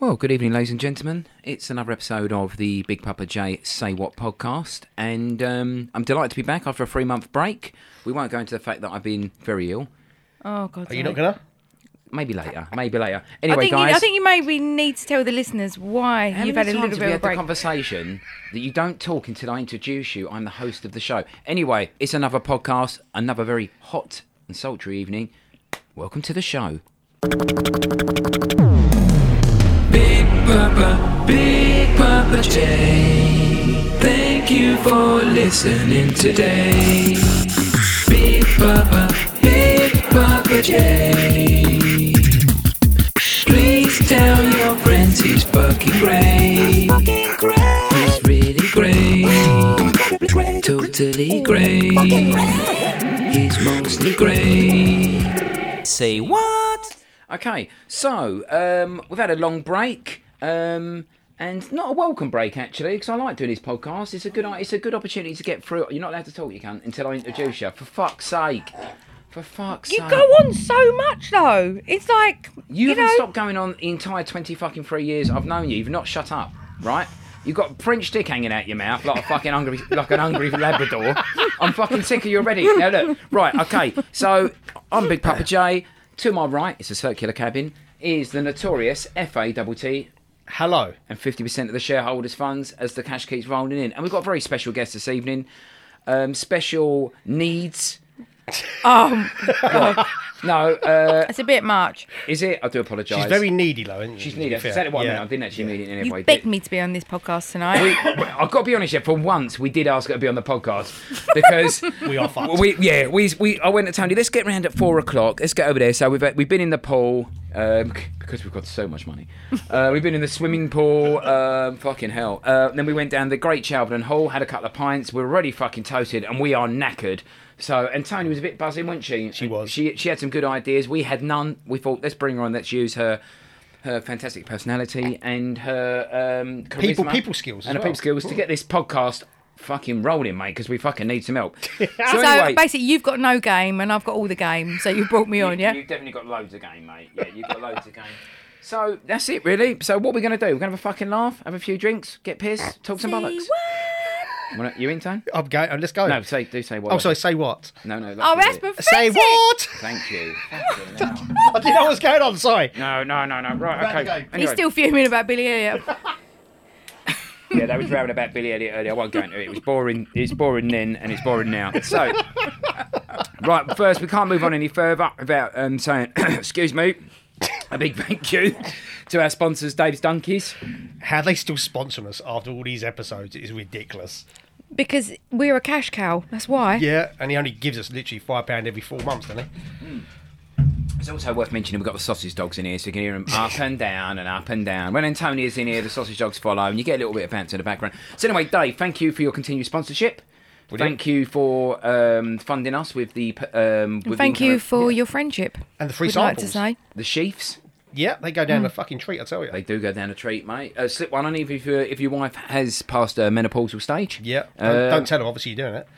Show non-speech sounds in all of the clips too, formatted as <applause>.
Well, good evening, ladies and gentlemen. It's another episode of the Big Papa J Say What podcast, and um, I'm delighted to be back after a three month break. We won't go into the fact that I've been very ill. Oh God! Are you no. not gonna? Maybe later. Maybe later. I Anyway, think guys, you, I think you maybe need to tell the listeners why how you've had many a times have we little bit of had a break. the conversation that you don't talk until I introduce you? I'm the host of the show. Anyway, it's another podcast, another very hot and sultry evening. Welcome to the show. Big Papa, Big Papa J. Thank you for listening today. Big Papa, Big Papa J. Please tell your friends he's fucking great. He's really great. Totally great. He's mostly great. Say what? Okay, so um, we've had a long break, um, and not a welcome break actually, because I like doing this podcast. It's a good, it's a good opportunity to get through. You're not allowed to talk, you can't, until I introduce you. For fuck's sake! For fuck's You sake! go on so much though. It's like You, you, haven't know. stopped going on the entire twenty fucking three years I've known you. You've not shut up, right? You've got French dick hanging out your mouth like a fucking hungry, <laughs> like an hungry Labrador. I'm fucking sick of you already. Now look, right, okay. So I'm Big Papa J. To my right, it's a circular cabin. Is the notorious FA double T Hello. and 50% of the shareholders' funds as the cash keeps rolling in. And we've got a very special guest this evening. Um, special <laughs> needs. Um, No, uh, that's a bit much. is it? I do apologise. She's very needy, though, isn't she? She's needed. That's exactly what I meant. I didn't actually mean it in any You way. begged me to be on this podcast <laughs> tonight. I've got to be honest here. For once, we did ask her to be on the podcast because <laughs> We are fucked. we yeah we, we I went to Tony. Let's get round at four o'clock. Let's get over there. So we've we've been in the pool um, because we've got so much money. Uh, we've been in the swimming pool. Um, fucking hell. Uh, then we went down the Great Chalverton Hall, had a couple of pints. We're already fucking toasted and we are knackered. So and Tony was a bit buzzing, wasn't she? She was. She she had some good ideas. We had none. We thought let's bring her on. Let's use her. Her fantastic personality and her um, People- charisma people skills as and her well. people skills to get this podcast fucking rolling, mate, because we fucking need some help. so, so anyway, basically, you've got no game and I've got all the game. So you brought me on, yeah. you've definitely got loads of game, mate. Yeah, you've got loads of game. So that's it, really. So what we're gonna do? We're gonna have a fucking laugh, have a few drinks, get pissed, talk some bollocks. Wanna- You in, Tony? I'm going. oh, let's go. No, say do say what? oh, sorry. Say what? No, no. Oh, <laughs> that's that's it. perfect. Say <laughs> what? <laughs> Thank you. Fucking hell. I didn't know what was going on. Sorry. No, no, no, no. Right, Round the okay. game. He's Anyway, still fuming about Billy <laughs> Elliot. yeah, that was round about Billy Elliot earlier. I won't go into it. It was boring. It's boring then, and it's boring now. So, right, first we can't move on any further without um, saying, <coughs> excuse me, a big thank you to our sponsors, Dave's Donkeys. How they still sponsoring us after all these episodes is ridiculous. because we're a cash cow. That's why. Yeah, and he only gives us literally five pound every four months, doesn't he? It's also worth mentioning we've got the sausage dogs in here, so you can hear them up and down and up and down. When Antonia's in here, the sausage dogs follow, and you get a little bit of bounce in the background. So anyway, Dave, thank you for your continued sponsorship. Thank you for um, funding us with the p- um, with the Thank income you of- for your friendship. And the free We'd like to say. samples. the sheaths. Yeah, they go down the fucking treat. I tell you. They do go down a treat, mate. Uh, slip one on if, if, your- if your wife has passed a menopausal stage. yeah. Uh, don't, don't tell them. Obviously, you're doing it.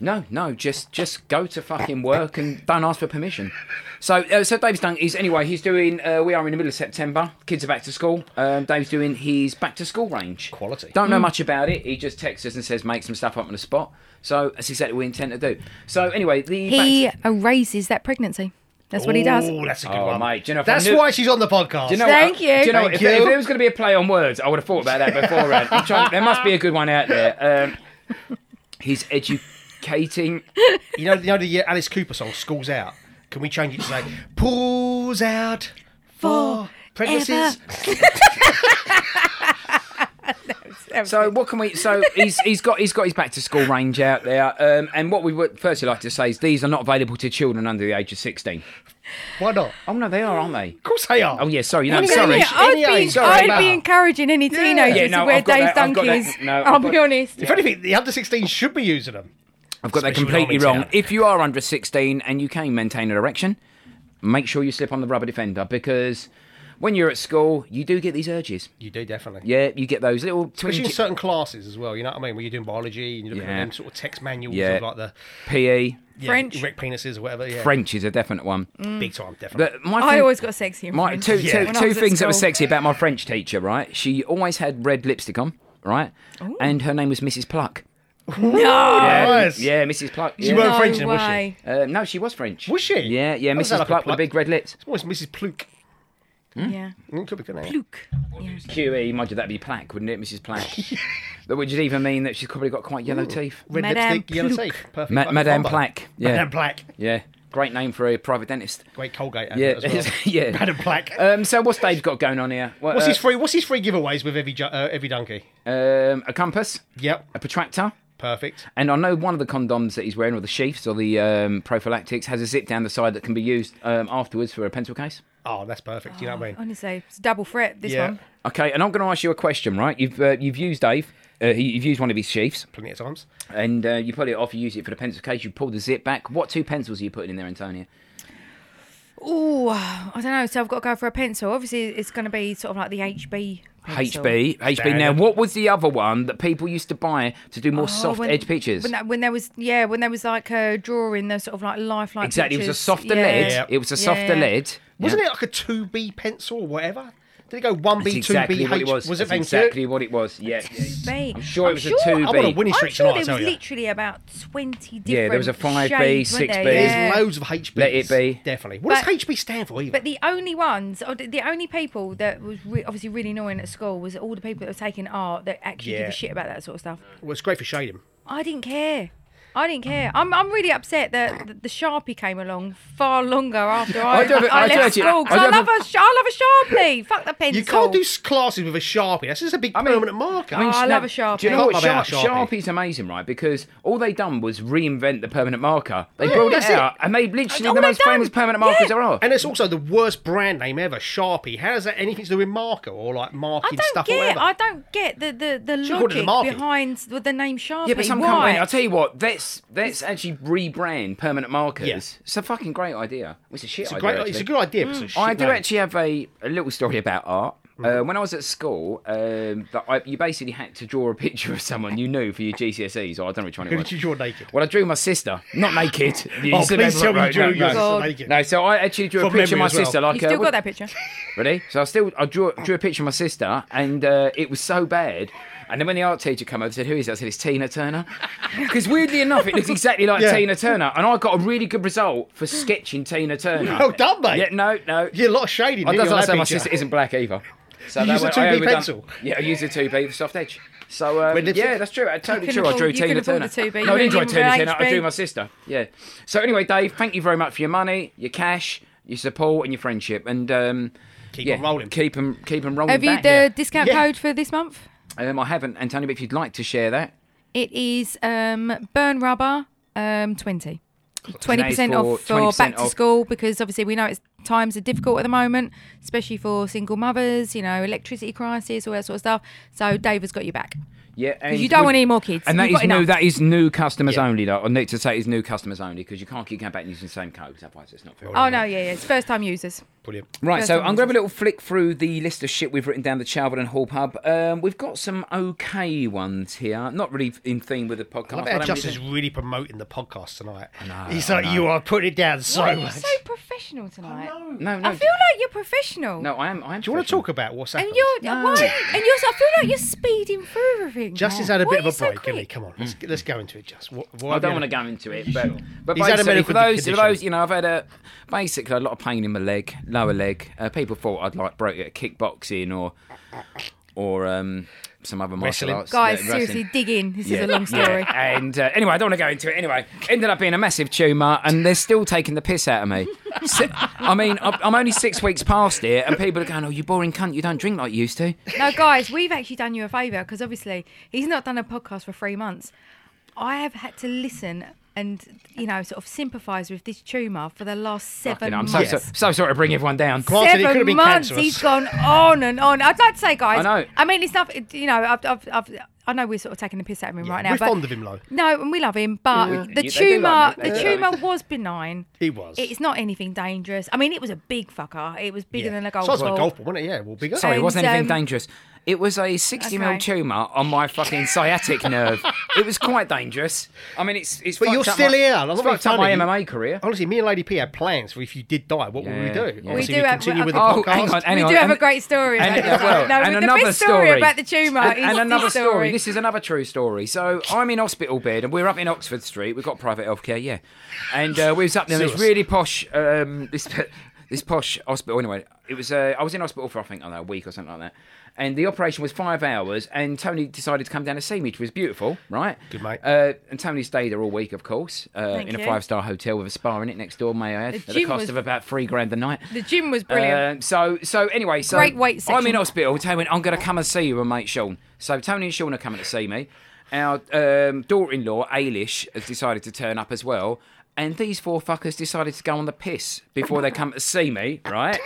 No, no, just just go to fucking work and don't ask for permission. So, uh, so Dave's done his anyway. He's doing. Uh, we are in the middle of September. Kids are back to school. Um, Dave's doing his back to school range. Quality. Don't know much about it. He just texts us and says make some stuff up on the spot. So that's exactly what we intend to do. So anyway, the He back to- erases that pregnancy. That's what he does. Oh, that's a good Oh, one, mate, do you know if I that's knew- why she's on the podcast. Do you know Thank what- you. Do you know what, Thank if, there- if you. there was going to be a play on words, I would have thought about that beforehand. I'm trying, there must be a good one out there. Um, he's educating. You know, you know the uh, Alice Cooper song "School's Out." Can we change it to say "Pulls Out for Pregnancies"? So what can we? So he's he's got he's got his back to school range out there. Um, and what we would firstly like to say is these are not available to children under the age of 16. Why not? Oh no, they are, aren't they? Of course they are. Oh yeah, sorry, no, Any sorry. age, Yeah, I'd, any be, age, doesn't I'd matter. be encouraging any teenagers Yeah, no, to wear I've got Dave's that- I've got that- Dunkies. no, I've I'll got- be honest. If anything, the under 16s should be using them. I've got that Especially with completely Armington. wrong. If you are under 16 and you can maintain an erection, make sure you slip on the rubber defender because when you're at school, you do get these urges. You do definitely. Yeah, you get those little twinge. Especially in certain classes as well, you know what I mean? Where you're doing biology and you're looking Yeah. at them sort of text manuals Yeah. of like the PE, yeah, French. erect penises or whatever. Yeah. French is a definite one. Big time, definitely. But my Mm. I thing- always got sexy in My, French. two, Yeah. two, when I two was at things that were school. sexy about my French teacher, right? She always had red lipstick on, right? And her name was Mrs. Pluck. No, Nice. Yeah, Mrs. Pluck. She yeah. weren't no French then, was she? way. Uh, no, she was French. Was she? Yeah, yeah, That Mrs. sounds like a Pluck, with pluck. big red lips. It's almost Mrs. Pluke. Hmm? Yeah. Mm, Could be, couldn't it? Luke. QE, mind you, that'd be plaque, wouldn't it, Mrs. <laughs> Plaque? that would even mean that she's probably got quite yellow teeth. Red Madame lipstick, yellow Pluke. teeth. Perfect. Ma- Like a Madame combo. Plaque. Yeah, Madame Black. yeah. Great name for a private dentist. Great Colgate advert Yeah, as well. <laughs> yeah. Madame Plaque. Um, so what's Dave got going on here? What, what's uh, his free? What's his free giveaways with every ju- uh, every donkey? um, a compass, Yep. a protractor, Perfect. and I know one of the condoms that he's wearing, or the sheaths, or the um, prophylactics, has a zip down the side that can be used um, afterwards for a pencil case. Oh, that's perfect. You know what I mean? Honestly, it's a double threat, this Yeah. one. Okay, and I'm going to ask you a question, right? You've uh, you've used Dave. Uh, he- you've used one of his sheaths, Plenty of times. and uh, you pull it off. You use it for the pencil case. You pull the zip back. What two pencils are you putting in there, Antonia? Ooh, I don't know. So I've got to go for a pencil. Obviously, it's going to be sort of like the HB. pencil. HB, HB. Now, Standard. what was the other one that people used to buy to do more Oh, soft when- edge pictures? When, that, when there was, yeah, when there was like a drawing, the sort of like lifelike. exactly, it was a pictures. softer yeah. lead. Yeah. It was a softer Yeah. lead. Wasn't Yeah. it like a two B pencil or whatever? Did it go one That's B, two exactly B, what H? it was. Was it That's thank you? exactly what it was. Yeah. yeah. B. I'm sure it was a sure- two I want a B. winning I'm streak sure tonight. I there tell was you. literally about 20 different Yeah, there was a 5B, shades, weren't 6B. there? There's Yeah. There's loads of HBs. Let it be. Definitely. What But- does HB stand for? Even? But the only ones, or the the only people that was re- obviously really annoying at school was all the people that were taking art that actually give Yeah. a shit about that sort of stuff. well, it's great for shading. I didn't care. I didn't care. I'm, I'm really upset that the, the Sharpie came along far longer after I, I do have a- I I do left actually- school. 'cause I I, do have love a, sh- I love a Sharpie. Fuck the pencil. You can't do s- classes with a sharpie. That's just a big mean- permanent marker. Oh, I now, love a Sharpie. Do you know what? Can't love Shar- our Sharpie. Sharpie's amazing, right? Because all they done was reinvent the permanent marker. They Yeah, brought it that's it. out and they literally all the they've most famous done. permanent markers Oh, Yeah. there are. and it's also the worst brand name ever, Sharpie. How is that anything to do with marker or like I marking don't stuff or get. whatever? I don't get the the, the Should've called it the logic market. behind the, the name Sharpie. Yeah, but some Why? company. I'll tell you what. Let's let's actually rebrand permanent markers. Yeah. It's a fucking great idea. It's a shit It's a idea. great. actually. It's a good idea. Mm. but it's a shit I do name. <laughs> actually have a, a little story about art. Uh, when I was at school, um, that I, you basically had to draw a picture of someone you knew for your GCSEs, E or I don't know which one it Who was. did you draw naked? Well, I drew my sister, not naked. <laughs> You Oh, still please tell haven't- me you right, drew no, no. yours God. naked. No, so I actually drew a From picture of memory my as well. sister. Like, You uh, still what- got that <laughs> picture? Ready? So I still I drew drew a picture of my sister, and uh, it was so bad. And then when the art teacher came over, and said, "Who is that?" I said, "It's Tina Turner," <laughs> because weirdly enough, it looks exactly like Yeah. Tina Turner, and I got a really good result for sketching Tina Turner. Well done, mate. Yeah, no, no. You did a lot of shading. I didn't does you, on not say that my picture? sister isn't black either. So You that used a way- I 2B overdone- pencil. Yeah, I used a two B soft edge. So um, Red lipstick. yeah, that's true. I totally You can true. I afford- drew you Tina can afford Turner. the 2B. No, I You didn't draw didn't Tina buy Turner. I HB. drew my sister. Yeah. So anyway, Dave, thank you very much for your money, your cash, your support, and your friendship, and um, Keep yeah, on rolling. Keep 'em- keep 'em rolling. Have you back. the discount Yeah. code for this month? Um, I haven't, Antonio. But if you'd like to share that, It is um, burn rubber um, 20. 20% Today's off for for 20% back to off. school because obviously we know it's times are difficult at the moment, especially for single mothers, you know, electricity crisis, all that sort of stuff. So Dave has got your back. Yeah, and you don't want any more kids. And that You've is got new. enough. That is new customers Yeah. only. Though I need to say it's new customers only because you can't keep going back and using the same codes. Otherwise, it's not fair. Oh, no, yeah, yeah. It's first time users. Brilliant. Right, First so time I'm going to have a users. little flick through the list of shit we've written down the Chalford and Hall pub. Um, we've got some okay ones here, not really in theme with the podcast. I but I bet don't Justin's really- really promoting the podcast tonight. He's like, you are putting it down <laughs> so Why are you much. so professional tonight? no, no, I feel like you're professional. no, I am. I am. Do you want to professional. talk about what's And happened? you're, No. why? And you're, I feel like you're speeding through everything. Justin's now. had a Why bit are of you a so break, quick? hasn't he? Come on, let's, let's go into it, Just. What, I don't want to go into it, but but He's had a basically, medical for those for condition. those you know, I've had a basically a lot of pain in my leg, lower leg. Uh, people thought I'd like broke it at kickboxing or or um, some other martial Wrestling. arts. Guys, yeah, wrestling. seriously, dig in. This Yeah, is a long story. <laughs> yeah. And uh, anyway, I don't want to go into it. Anyway, ended up being a massive tumour, and they're still taking the piss out of me. <laughs> Si- I mean, I'm I'm only six weeks past it, and people are going, "Oh, you boring cunt! You don't drink like you used to." No, guys, we've actually done you a favour because obviously he's not done a podcast for three months. I have had to listen and you know sort of sympathise with this tumour for the last seven Fucking hell, I'm so, months. so, so sorry to bring everyone down. Granted, it could have Seven been months. cancerous. He's gone on and on. I'd like to say, guys. I know. mean, it's not. it- You know, I've, I've, I've, I know we're sort of taking the piss out of him right now. We're but fond of him, though. No, and we love him, but Yeah. the You- they do tumour, like me. the They do tumour like was benign. He was. It's not anything dangerous. I mean, it was a big fucker. It was bigger than a golf Size of ball. a golf ball, wasn't it? Yeah, well, bigger. Sorry, it wasn't And, anything um, dangerous. It was a 60 mil Okay. tumour on my fucking sciatic nerve. It was quite dangerous. I mean, it's it's. But fucked you're up still my, here. I'm It's not fucked up my funny. MMA career. Honestly, me and Lady P had plans for if you did die, what would we Yeah, do? yeah. We Obviously, do we have- continue with the Oh, podcast. hang on, hang We on. do have and- a great story. and, about uh, well, no, and the another best story, story. about the tumour And, is and this another story. story. This is another true story. So I'm in hospital bed, and we're up in Oxford Street. We've got private healthcare, yeah. And uh, we was up there. in This Serious. really posh, um, this this posh hospital. Anyway, it was. Uh, I was in hospital for I think I don't know, a week or something like that. And the operation was five hours, and Tony decided to come down to see me, which was beautiful, right? Good mate. Uh, and Tony stayed there all week, of course, uh, Thank in a you. five-star hotel with a spa in it next door, may I add, The at the gym cost was- of about three grand a night. the gym was brilliant. Um, so so anyway, so Great weight I'm section. in hospital. Tony, went, I'm going to come and see you and mate Sean. So Tony and Sean are coming to see me. Our um, daughter-in-law Ailish has decided to turn up as well, and these four fuckers decided to go on the piss before they come to see me. Right,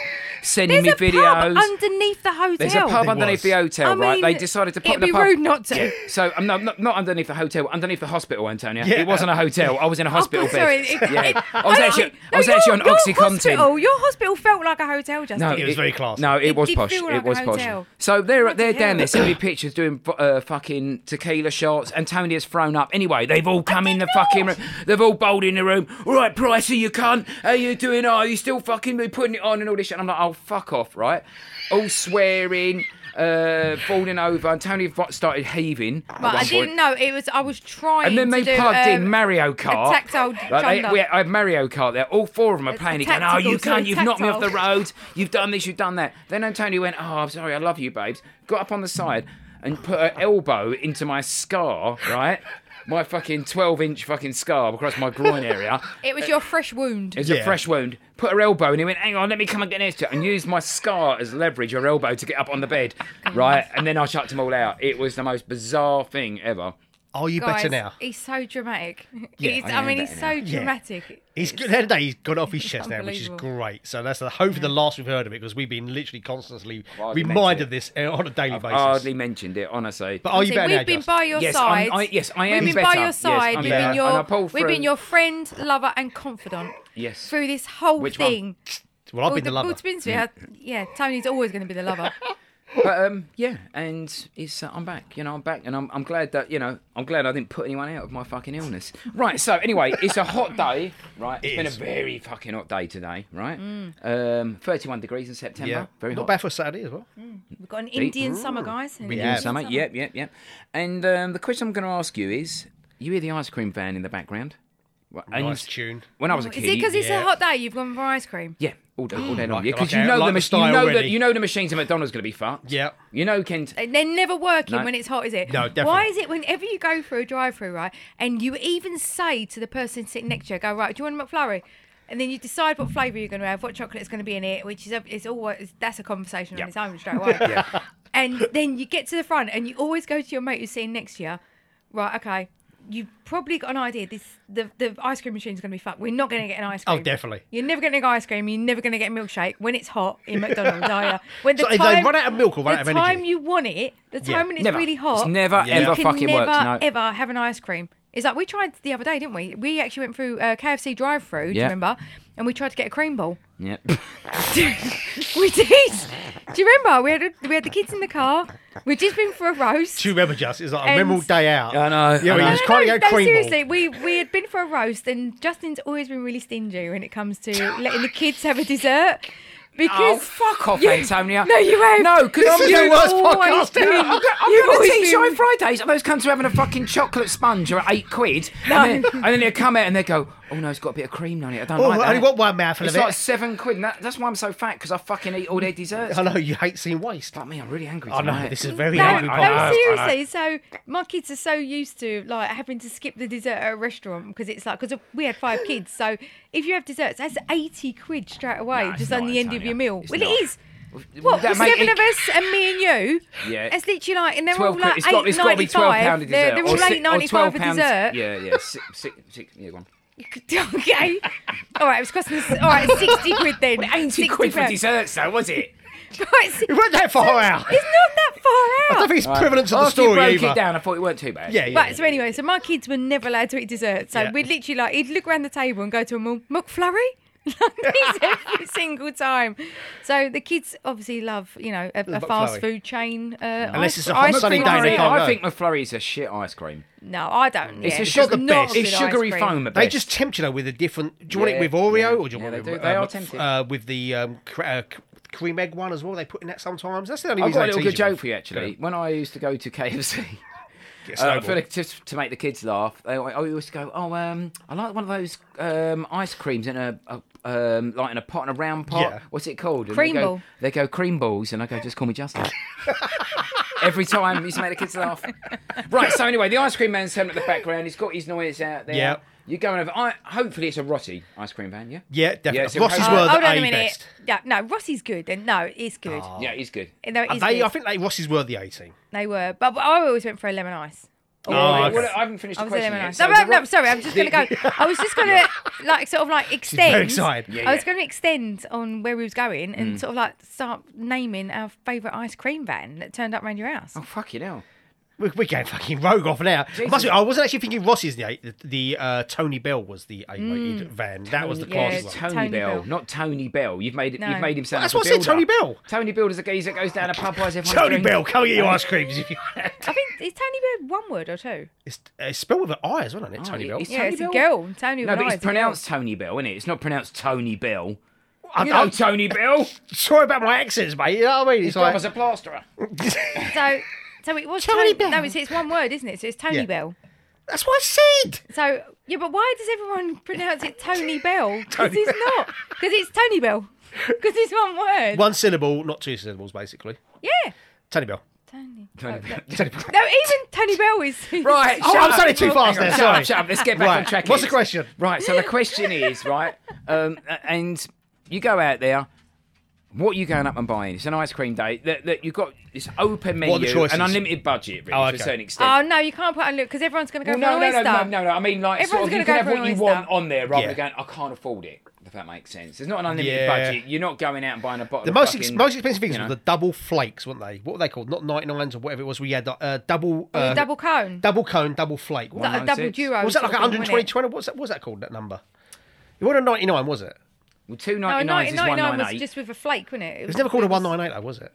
sending There's me a videos. pub underneath the hotel. There's a pub There underneath was. the hotel, I right? They mean, decided to put It'd the be pub. rude not to. So um, no, not, not underneath the hotel, underneath the hospital, Antonia. Yeah. It wasn't a hotel. I was in a Oh, hospital God, bed. <laughs> sorry. It- yeah, it- I was actually, I was no, actually on your- your OxyContin. Hospital, your hospital felt like a hotel, Justin. No, It was very classy. No, it, It was did posh. feel like it was a posh. hotel. So they're they're hell. down there sending me pictures doing uh, fucking tequila shots, and Tony has thrown up. Anyway, they've all come in the fucking room. They've all bowled in the room. All right, Pricey, you cunt. How you doing? Oh, you still fucking be putting it on and all this shit? And I'm like, oh fuck off, right? All swearing. Uh, falling over, and Tony vo- started heaving. at but one I point. didn't know it was. I was trying. And then to they do, plugged in um, Mario Kart. tactile they- jungle. we had- I had Mario Kart there. All four of them are It's playing a again. Oh, you tactical, can't. so You've knocked me off the tactile. road. You've done this. You've done that. Then Antonio went, Oh, I'm sorry. I love you, babes. Got up on the side and put her elbow into my scar, right? My fucking 12 inch fucking scar across my groin area. It was your fresh wound. It's a Yeah. fresh wound. Put her elbow and he went, Hang on, let me come and get next to it. And used my scar as leverage, her elbow, to get up on the bed, right? And then I chucked them all out. It was the most bizarre thing ever. Are you Guys, better now? He's so dramatic. Yeah, he's, I I, am mean, better he's now. so dramatic. He's good. That day he's got it off his chest now, which is unbelievable. great. So that's the hopefully the last we've heard of it because we've been literally constantly hardly reminded of mentioned this uh, on a daily basis. Hardly mentioned it, honestly. but are you See, better we've now? been Just? by your Yes, I'm- side. I- yes, I am We've been better. by your Yes, side. I'm we've better. been And I your, pulled we've through. been your friend, lover, and confidant. Yes. Through this whole Which one? thing. well, I've Well, been the lover. Well, to be honest with you, I- yeah, Tony's always going to be the lover. But um, yeah, and it's uh, I'm back. You know, I'm back, and I'm, I'm glad that you know I'm glad I didn't put anyone out of my fucking <laughs> illness. Right. So anyway, it's a hot day. Right. It's been is. Mm. a very fucking hot day today. Right. Um, 31 degrees in September. yeah, Very not hot. bad for Saturday as well. We've got an Indian summer, guys. Indian Yeah. summer. Yep. Yep. Yep. And um, the question I'm going to ask you is: You hear the ice cream van in the background? Well, and Nice tune. When I was a Is kid. it because it's yeah. a hot day? You've gone for ice cream. Yeah, all day, all day <gasps> long. Like- Yeah, because like you know our- the like the machine. You style know that already. you know the machines at McDonald's going to be fucked. Yeah. You know, Kent. They- They're never working No. when it's hot, is it? No, definitely. Why is it whenever you go through a drive-through, right, and you even say to the person sitting next to you, "Go right, do you want a McFlurry?" And then you decide what flavour you're going to have, what chocolate's going to be in it, which is a, it's always that's a conversation Yeah. on its own straight <laughs> away. And then you get to the front, and you always go to your mate who's sitting next to you. Right, okay, you've probably got an idea. This the the ice cream machine's going to be fucked. We're not going to get an ice Oh, cream. definitely. You're never going to get ice cream. You're never going to get a milkshake when it's hot <laughs> in McDonald's, are you? When the So if they time, run out of milk or run the out of energy. time you want it, the time Yeah. when it's Never. really hot, It's never, you ever can fucking never, works, no. ever have an ice cream. It's like we tried the other day, didn't we? We actually went through uh, KFC drive-through. Do Yeah. you remember? And we tried to get a cream ball. <laughs> Yeah. <laughs> we did. Do you remember? We had we had the kids in the car. We'd just been for a roast. Do you remember just? It's like a And- memorable day out. I know, Yeah, I we know. just can't no, go cream ball. seriously, we we had been for a roast, and Justin's always been really stingy when it comes to letting the kids have a dessert. Oh, Because fuck off, You- Antonia. <laughs> No, you have. No, because I'm is the doing worst always podcast been- ever. I'm, go- I'm You've going always to teach you been- on Fridays. And those cunts are having a fucking chocolate sponge or eight quid. And, then, and then they come out and they go, oh no, it's got a bit of cream on it. I don't Oh, like I that. only want one mouthful it's of it. like seven quid. And that, that's why I'm so fat, because I fucking eat all their desserts. I know you hate seeing waste. Fuck me, I'm really angry I tonight. know this is very no, angry. no, uh, <laughs> podcast. seriously. So my kids are so used to like having to skip the dessert at a restaurant because it's like because we had five kids. So if you have desserts, that's eighty quid straight away No, it's just not, on the end of Antonia. your meal. It's well, not. it is. What, That with make seven it- of us and me and you? Yeah. It's literally like, and they're 12 all quid. like It's got, eight it's got to be twelve pound ninety-five. dessert. They're, they're or all si- eight or ninety-five twelve for pounds- dessert. Yeah, yeah. Six, six, six, yeah, go on. <laughs> okay. All right, it was costing us. All right, sixty quid then. Eighty 60 quid for pound. desserts, though, was it? Right, si- We weren't there for out. It's not that far out. I don't think it's prevalent to the After you story broke either. it down, I thought it weren't too bad. Yeah, yeah. Right, so anyway, so my kids were never allowed to eat dessert. So Yeah. we'd literally like, he'd look around the table and go to them all, McFlurry? <laughs> Like <laughs> this every single time. So the kids obviously love, you know, a, a fast McFlurry. food chain. Uh, Unless ice- it's a hot ice sunny cream day and I, they ice- can't I go. think McFlurry is a shit ice cream. No, I don't. It's yeah, a it's sugar, not the not best. good It's ice sugary cream. foam. At They best. just tempt you though with a different. Do you want Yeah, it with Oreo yeah. or do you Yeah, want they it? do. They um, are tempting. Uh, with the um, cre- uh, c- cream egg one as well. They put in that sometimes. That's the only I've reason got a they little tease good joke for you, Go actually. on. When I used to go to KFC. Get Uh, snowballed. for the, just to make the kids laugh, they al- I always go, "Oh, um, I like one of those um, ice creams in a, a um, like in a pot in a round pot. Yeah. What's it called?" And Cream they go, ball. They go cream balls, and I go, "Just call me Justin." <laughs> Every time, used to make the kids laugh. Right. So anyway, the ice cream man's turning at the background. He's got his noise out there. Yeah. You go and have. I, hopefully, it's a Rossi ice cream van. Yeah. yeah, definitely. so Rossi's how- were Oh, the hold on A a minute. best. Yeah, no, Rossi's good. And no, it's good. Oh. Yeah, he's good. No, it Uh, is They, good. I think they Rossi's were the A team. they were. But, but I always went for a lemon ice. Oh, Well, okay. I haven't finished I the was a question. lemon yet. ice. So no, no, the no, Ro- sorry, I'm just <laughs> going to go. I was just going to like sort of like extend. excited. Yeah, I was yeah. Mm. going to extend on where we was going and sort of like start naming our favourite ice cream van that turned up round your house. Oh fucking hell! We're, we're going fucking rogue off now. I Must be, I wasn't actually thinking Rossi's the A. The, the uh, Tony Bell was the A-rated van. That was the yeah, classy It's one. Hmm. Tony, Tony Bell, Bell. not Tony Bell. You've made No. you've made him sound. That's like what a I said, Tony builder. Bell. Tony Bell is a geezer that goes down a pub buys everyone. a Tony drink. Bell, come and get your ice <laughs> creams if you. I think is Tony Bird one word or two. it's, it's spelled with an I as well, isn't it? Tony Oh, it- Bell. it's- Yeah, Tony it's Bell? a girl. Tony No, with but an eye, it's it's a girl. pronounced Tony Bell, isn't it? It's not pronounced Tony Bell. I, You know I'm Tony Bell. <laughs> sorry about my accents, mate. You know what I mean? It's I like was a plasterer. So, so it was Tony Tony, Bell. No, it's, it's one word, isn't it? So it's Tony Yeah. Bell. <laughs> that's what I said. So yeah, but why does everyone pronounce it <laughs> Tony Bell? Because it's not. Because it's Tony Bell. Because it's one word. One syllable, not two syllables, basically. Yeah. Tony Bell. Tony. Tony Bell. <laughs> Tony Bell. No, even Tony Bell is Right. Oh, shut I'm up. saying it too fast there. Shut Sorry. up, shut up. Let's get back on Right. track. What's the here. question? Right. So the question is right, um, a- and you go out there. What are you going up and buying? It's an ice cream day. That, that you've got this open What are the menu, choices? an unlimited budget, really, Oh, to okay. a certain extent. <laughs> Oh no, you can't put unlimited because everyone's going to go Well, for no, an no, oyster. no, no, no, no. I mean, like, sort Everyone's of, you gonna can go have for an what you oyster. want on there rather Yeah. than going, I can't afford it, if that makes sense. There's not an unlimited Yeah. budget. You're not going out and buying a bottle The of most, ex- fucking, most expensive things you were know. the double flakes, weren't they? What were they called? Not 99s or whatever it was. We had uh, double, The uh, double cone. double cone, double flake. Like a double 196. duo. was that like sort of thing, wasn't 120, 20? What was that, what was that called, that number? It wasn't a 99, was it? Well, two it? ninety No, nine is 99 one was ninety eight. just with a flake, wasn't it? It was never called a 198, though, was it?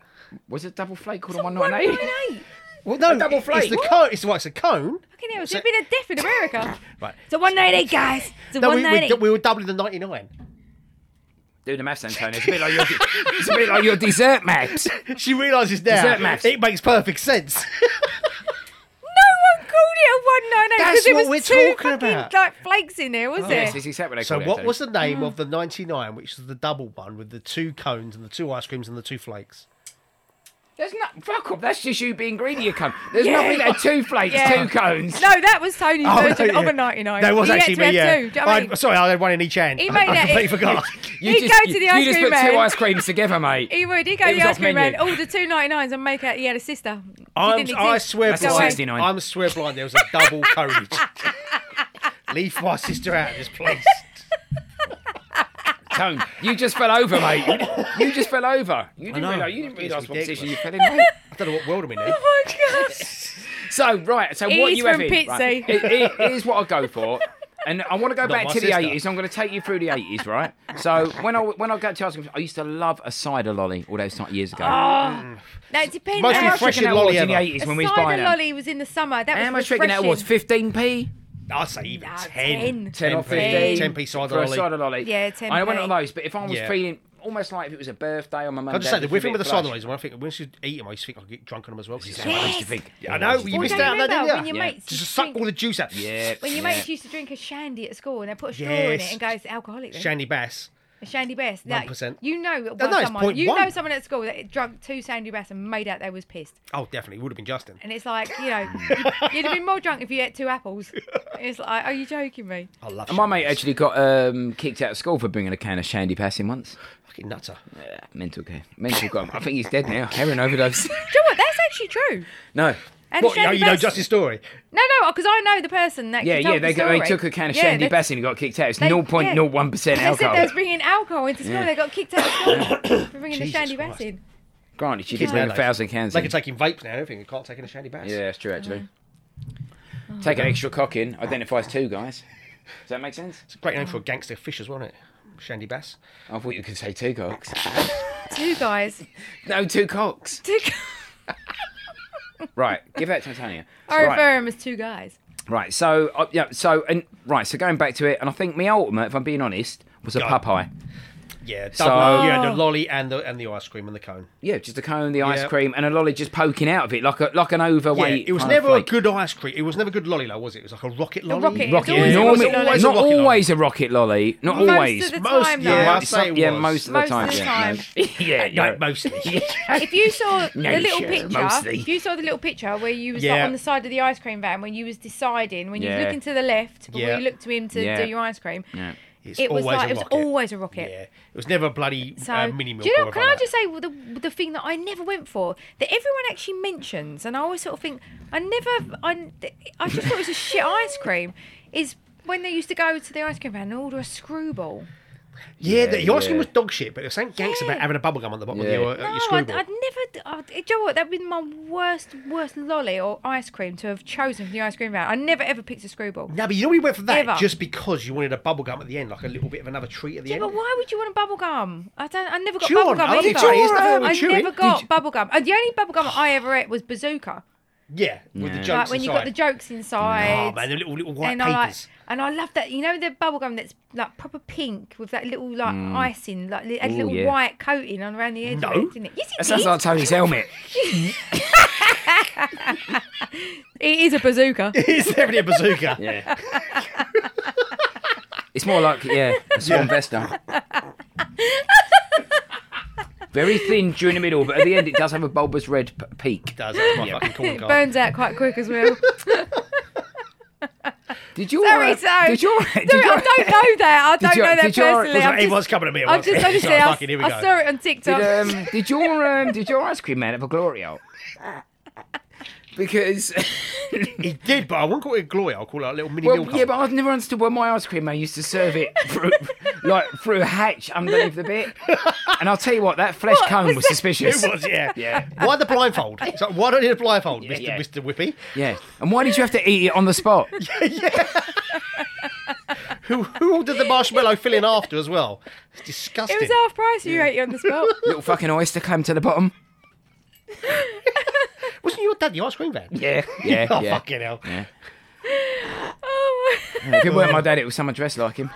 Was it double flake called a one ninety eight? 198. Well, no. A double flake. It's the cone. It's like it's a cone. Fucking hell, So- there's been a death in America. Right. It's a 198, guys. It's a No, we, we, 198. we were doubling the 99. Do the maths, Antonio. It's a bit like your, it's a bit like your dessert maps. <laughs> She realises that now maths? it makes perfect sense. <laughs> no one called it a 198 That's because there was what we're two talking fucking about. Oh, like flakes in there, was there? yes, it's exactly what they so, call it, what was Antonio. the name of the 99, which was the double one with the two cones and the two ice creams and the two flakes? There's not fuck up. That's just you being greedy, you cunt. There's Yeah. nothing there. Two flakes, Yeah. two cones. No, that was Tony's version no, of Oh, yeah. a 99. That was he actually had me, to yeah. have Two, do you know what I I, mean? sorry, I had one in each hand. He <laughs> I, made I that- completely he- forgot. You He'd just, go to you, the ice you just cream put two man. ice creams together, mate. E He would. He'd go It to was the ice cream off-menu. man, all the 299s and make out he had a sister. She I'm, didn't I exist. swear That's Go a away. 69. I'm swear blind. There was a double cone. <laughs> Leave my sister out of this place. Tone, you just fell over, mate. You- You just fell over. You didn't know. realise. You didn't It's realise what position you ridiculous. fell in. Mate. I don't know what world I'm in. Now. Oh my gosh. So right, so It what is you have from in? Pitsy. Right, it- it- here's what I go for, and I want to go back my to the sister. eighties. I'm going to take you through the eighties, right? So when I when I go to ice cream, I used to love a cider lolly all those years Oh, ago. No, it depends. Most how much- refreshing Chicken out lolly was in the ever. eighties a when we was cider buying them. lolly was in the summer. That How was much chicken out was? refreshing. Fifteen p, I'd say even Ah, 10. 10. 10 or 10p. 15 10p cider for a lolly. cider lolly. Yeah, 10p. I went on those, but if I was Yeah. feeling almost like if it was a birthday on my mum. I'll just say, the with with with the cider lollies, when I think, once you eat them, I used to think I'll get drunk on them as well. 'cause it's so I nice. used to think. I know, you Or missed don't out on that, remember didn't you? When your Yeah. mates Just used to suck drink- all the juice out. Yeah. When your yeah. mates used to drink a shandy at school and they put a straw in Yes. it and go, it's alcoholic. Then. Shandy Bass. A Shandy Best. Now, 1%. You know it No, was no, it's someone. point You one. know someone at school that drunk two Shandy Best and made out they was pissed. Oh, definitely. Would have been Justin. And it's like, you know, you'd, you'd have been more drunk if you ate <laughs> two apples. And it's like, are you joking me? I love And my mate Shandy's. actually got um, kicked out of school for bringing a can of shandy pass in once. Fucking nutter. Yeah, mental guy. Mental guy. I think he's dead now. Heroin overdose. <laughs> Do you know what? That's actually true. no. And What, you know, Shandy you know Best- Justin's story? No, no, because I know the person that. Yeah, actually told yeah. They, the got, they story. took a can of Yeah, shandy they- bass and he got kicked out. It's they- zero point zero one percent <laughs> They said they alcohol. was bringing alcohol into school. They got kicked out of <coughs> school for bringing the Jesus Shandy Christ. Bass in. Granted, she did Kids bring a nowadays. thousand cans. They in. can take in vapes now and everything. You can't take in a shandy bass. Yeah, that's true. Actually, Oh. take an extra cock in identifies two guys. Does that make sense? It's a Oh. great name for a gangster fish as well, isn't it? Shandy bass. I thought you could say two cocks. Two guys. No, two cocks. <laughs> Two guys. Right, give that to Antonia. I refer right. him as two guys. Right. So uh, yeah. So and right. So going back to it, and I think my ultimate, if I'm being honest, was a Go. Popeye. Yeah, double, So- yeah, the lolly and the and the ice cream and the cone. Yeah, just a cone, the ice Yeah. cream, and a lolly just poking out of it like a like an Yeah, overweight. it was kind of never a flake. good ice cream. It was never a good lolly, though, was it? It was like a rocket lolly. rocket- It's rocket. always a normally- rocket lolly. not It's a rocket always a rocket lolly. Not Most always. of the Most- time, yeah, though. I'd say it yeah, was. most of the Most time. of the yeah. time. <laughs> yeah, <laughs> No, no. mostly. If you <laughs> saw the No, little sure, picture, mostly. if you saw the little picture where you was Yeah. like on the side of the ice cream van when you was deciding, when you Yeah. was looking to the left before Yeah. you looked to him to Yeah. do your ice cream, Yeah. It's it was always like a it was rocket. always a rocket. Yeah, it was never a bloody So, uh, mini milk. do you or know? whatever Can I like just say the the thing that I never went for that everyone actually mentions, and I always sort of think I never, I, I just thought it was a shit ice cream. Is when they used to go to the ice cream van and order a screwball. that. Yeah, the, Yeah, the ice cream yeah. was dog shit, but there was something gangster Yeah. about having a bubble gum on the bottom Yeah. of your, uh, No, your I'd, I'd screwball. never. I'd, do you know what? That'd been my worst, worst lolly or ice cream to have chosen from the ice cream van. I never ever picked a screwball. No, but you only went for that Ever. just because you wanted a bubble gum at the end, like a little bit of another treat at the Yeah, end. but why would you want a bubble gum? I don't. I never got Chew bubble on gum it. either. Did you chew it? I, Did you chew never it? Did got you- bubble gum. Uh, the only bubble gum I ever ate was bazooka. Yeah, with the jokes like when you got the inside. jokes inside. Oh man, the little little white and I like, papers. <laughs> and I love that. You know the bubble gum that's like proper pink with that little like icing, like li- had a Mm. Ooh, little yeah. white coating on around the edge. No. of it, didn't it? Yes, it That sounds did. like Tony's helmet. It is a bazooka. <laughs> Oh, It's definitely a bazooka. Yeah. it's more like yeah, a swan vesta. Very thin during the middle, but at the end it does have a bulbous red p- peak. does. That's my <laughs> fucking <laughs> calling it card. burns out quite quick <laughs> as well. Did you? Sorry, uh, sorry. Did you? Sorry, Did you? I don't know that. I don't your- know that did your- personally. was I'm Right, just, Everyone's coming at me at <laughs> I'm once. just honestly, Sorry, I, fucking, here we I go. saw it on TikTok. Did, um, did your um, did your ice cream man have a Glorio? Because He did, but I wouldn't call it a glory. I'll call it a little mini <laughs> well, milk. yeah, but I've never understood why my ice cream man used to serve it through, <laughs> like through a hatch underneath the bit. And I'll tell you what, that flesh What cone was was that? suspicious. <laughs> it was, yeah. Yeah. Why the blindfold? It's like, why do I need a blindfold, Mr. yeah. Mr. Whippy? Yeah, and why did you have to eat it on the <laughs> spot? Who, who ordered the marshmallow filling after as well? It's disgusting. <laughs> It was uh, half price. You ate it on <laughs> the spot. Little fucking oyster came to the bottom. Wasn't your dad the ice cream van? Yeah, <laughs> yeah, Oh, yeah. fucking hell. Yeah. oh, <laughs> my- If it weren't my dad, it was someone dressed like him.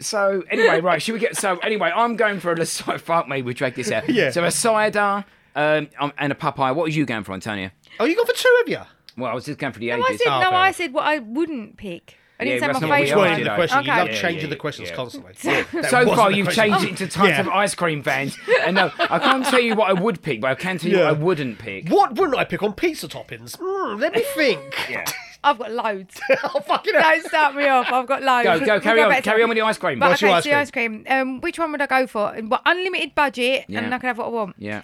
So anyway, right? Should we get so anyway? I'm going for a cider. Fuck me, we drag this out. Yeah. So a cider um, um, and a Popeye. What are you going for, Antonia? Oh, you got for two of you? Well, I was just going for the no, I ages. said Oh, no. fair I enough. said what I wouldn't pick. I Yeah, didn't that's say not my what we favourite. are, Well, you in the know. question, Okay. you love Yeah, changing yeah, the questions yeah. constantly. That so wasn't far, the you've question. changed it into types Yeah. of ice cream vans, and no, I can't tell you what I would pick, but I can tell you Yeah. what I wouldn't pick. What wouldn't I pick on pizza toppings? Mm, let me think. <laughs> Yeah. I've got loads. oh, fucking hell. Don't start me off. I've got loads. Go, We'll go, carry on, back to- carry on with the ice cream. Right, What's your okay, ice so the ice cream. Um, which one would I go for? Well, unlimited budget, Yeah. and I can have what I want. Yeah.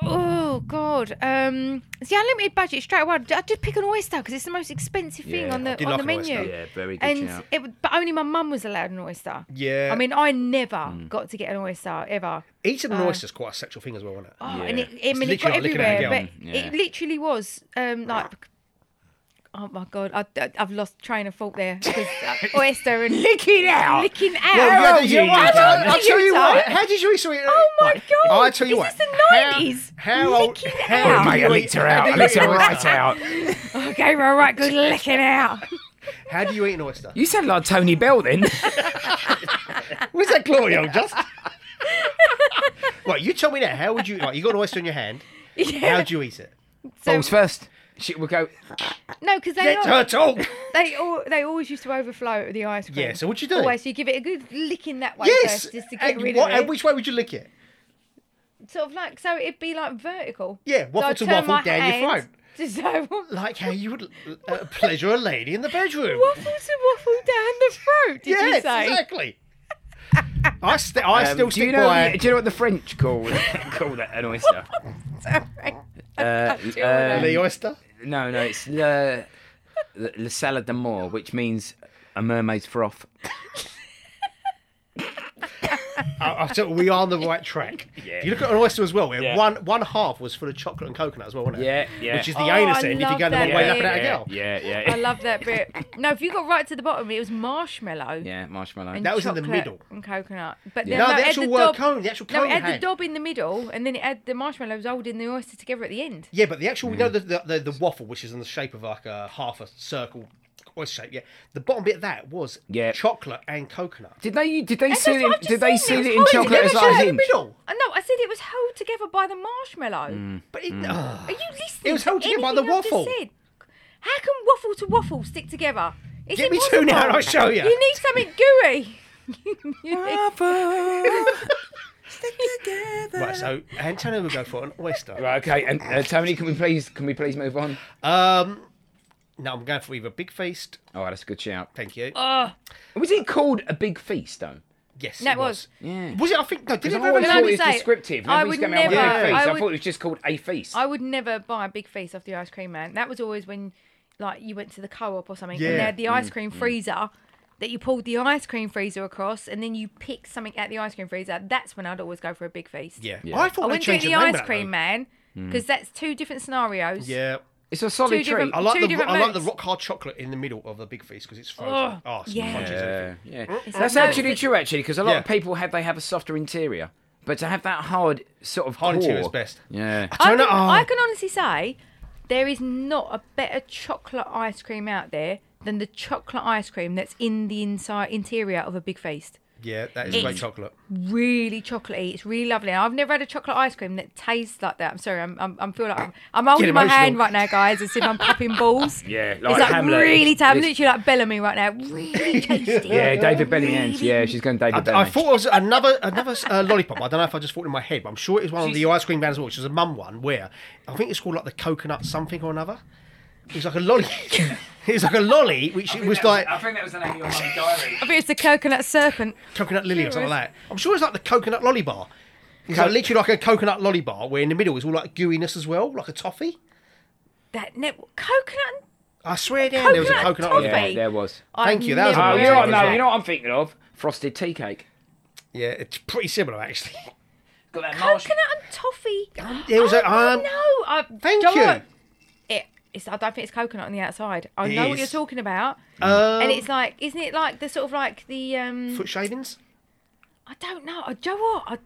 Oh God! Um, it's the unlimited budget straight away. I just pick an oyster because it's the most expensive thing Yeah, on I the do on like the an oyster. menu. Yeah, very good And <laughs> shout. it, would- but only my mum was allowed an oyster. Yeah. Mm. I mean, I never got to get an oyster ever. Eating an oyster is quite a sexual thing as well, isn't it? Uh, Oh, Yeah. and it, I mean, literally it got like licking a everywhere, gum. but Yeah. it literally was um, like. Oh my god, I, I, I've lost train of thought there. 'cause, <laughs> uh, oyster and Licking out. licking out. Well, How you- did you- you eat it? I'll I'll tell you Utah? what. How did you eat sweet? Oh my God, I'll tell you is what. this the How- 90s? How old? Licking How out. old? Mate, I you licked her eat- out. I how do you licked her eat an right <laughs> oyster? out. I gave her a right good licking out. <laughs> Oh, How do you eat an oyster? You sound like Tony Bell then. Was that Gloria just? right, you tell me now. How would you? Right, you got an oyster in your hand. Yeah. How'd you eat it? So- Balls first. She would go. No, because they Let all, her talk. they all they always used to overflow the ice cream. Yeah, so what you do? Always, you give it a good licking that way yes. first, just to get And rid what- of and it. which way would you lick it? Sort of like so, it'd be like vertical. Yeah, So waffle I'd to turn waffle my down your hand throat. to- <laughs> so Like how you would uh, pleasure a lady in the bedroom. waffle to waffle down the throat. Did yes, you say? exactly. I, st- I Um, still do you stick know? by. Do you know what the French call <laughs> call that an <laughs> oyster? Sorry. Uh, you know um, The oyster. no, no, it's le, le, le salade d'amour, which means a mermaid's froth. I, I thought we are on the right track. <laughs> Yeah. If you look at an oyster as well, where Yeah. one one half was full of chocolate and coconut as well, wasn't it? Yeah, yeah. Which is the Oh, anus I end. If you love go the wrong that way, bit. lapping out a yeah, girl. yeah, yeah, I love that bit. No, if you got right to the bottom, it was marshmallow. yeah, marshmallow. and That was in the chocolate middle. And coconut. But Yeah. then no, No, the it had actual the word dob- cone, the actual No, cone it you had the had. dob in the middle, and then it had the marshmallows holding the oyster together at the end. Yeah, but the actual, Mm. you know, the, the, the, the waffle, which is in the shape of like a half a circle oyster shape, yeah. The bottom bit of that was Yeah. chocolate and coconut. Did they did they That's seal what it? I've just Did they said, seal it it in was chocolate hidden. as It was like a in the hinge? middle. Uh, No, I said it was held together by the marshmallow. But Mm. it, ugh. Are you listening? Hmm. It was to held together by anything the I've just waffle. said? How can waffle to waffle stick together? It's Give me two now and I'll impossible. show you. You need something gooey. <laughs> You need- <laughs> Right, so Antonio will go for an oyster. <laughs> Right, okay, and uh, Tony, can we please can we please move on? Um, no, I'm going for either Big Feast. Oh, that's a good shout. Thank you. Ugh. Was it called a big feast though? yes, that it was. Yeah. Was it? I think. No, did it I ever always Can I thought it was just say, descriptive. I Nobody's would coming out with never- a big I feast. I would- thought it was just called a feast. I would never buy a big feast off the ice cream man. That was always when, like, you went to the co-op or something, Yeah. Mm. and they had the ice cream freezer that you pulled the ice cream freezer across, and then you picked something out the ice cream freezer. That's when I'd always go for a big feast. Yeah. Yeah. I I thought they wouldn't do changed the name of ice that, cream though. man Mm. because that's two different scenarios. Yeah. It's a Two solid treat. different- I like Two the different I like the moods. rock hard chocolate in the middle of the Big Feast because it's frozen. Ugh. oh, it's Yeah. crunches and everything. Yeah, yeah. like That's no- actually true, actually, because a lot Yeah. of people have they have a softer interior, but to have that hard sort of Hard interior core- is best. Yeah, I Turn can, it on. oh. I can honestly say there is not a better chocolate ice cream out there than the chocolate ice cream that's in the inside interior of a big feast. Yeah, that is It's- great chocolate. really chocolatey. It's really lovely. I've never had a chocolate ice cream that tastes like that. I'm sorry. I'm I'm, I'm feel like I'm, I'm holding my emotional. hand right now, guys, as if I'm popping <laughs> balls. Yeah, it's like like Hamlet. really. i I'm It's- literally like Bellamy right now. <laughs> Really tasty. yeah. David Bellian's. Yeah, she's going David I, I Bellian's. thought it was another another uh, lollipop. I don't know if I just thought in my head, but I'm sure it was one of the ice cream bands, which was a mum one, where I think it's called like the coconut something or another. It was like <laughs> a lolly. it was like a lolly, which it was like think that was the name of your mum's diary. I think it's the coconut serpent. coconut lily or something Sure. like that. I'm sure it's like the coconut lolly bar. It's like literally like a coconut lolly bar, where in the middle is all like gooiness as well, like a toffee. That ne- coconut. I swear down, there was a Coconut coconut lolly bar. Yeah, toffee. there was. Thank you, that was Oh, Yeah, you know, what, yeah, no, yeah. you know what I'm thinking of? Frosted tea cake. Yeah, it's pretty similar <laughs> actually. Got that Coconut and toffee. It was oh, like, um, no. I, thank do know you. what? It, it's, I don't think it's coconut on the outside. I It know what you're is. talking about. um, and it's like, isn't it like the sort of like the um? Mm. foot shavings. I don't know. I do you know what? I,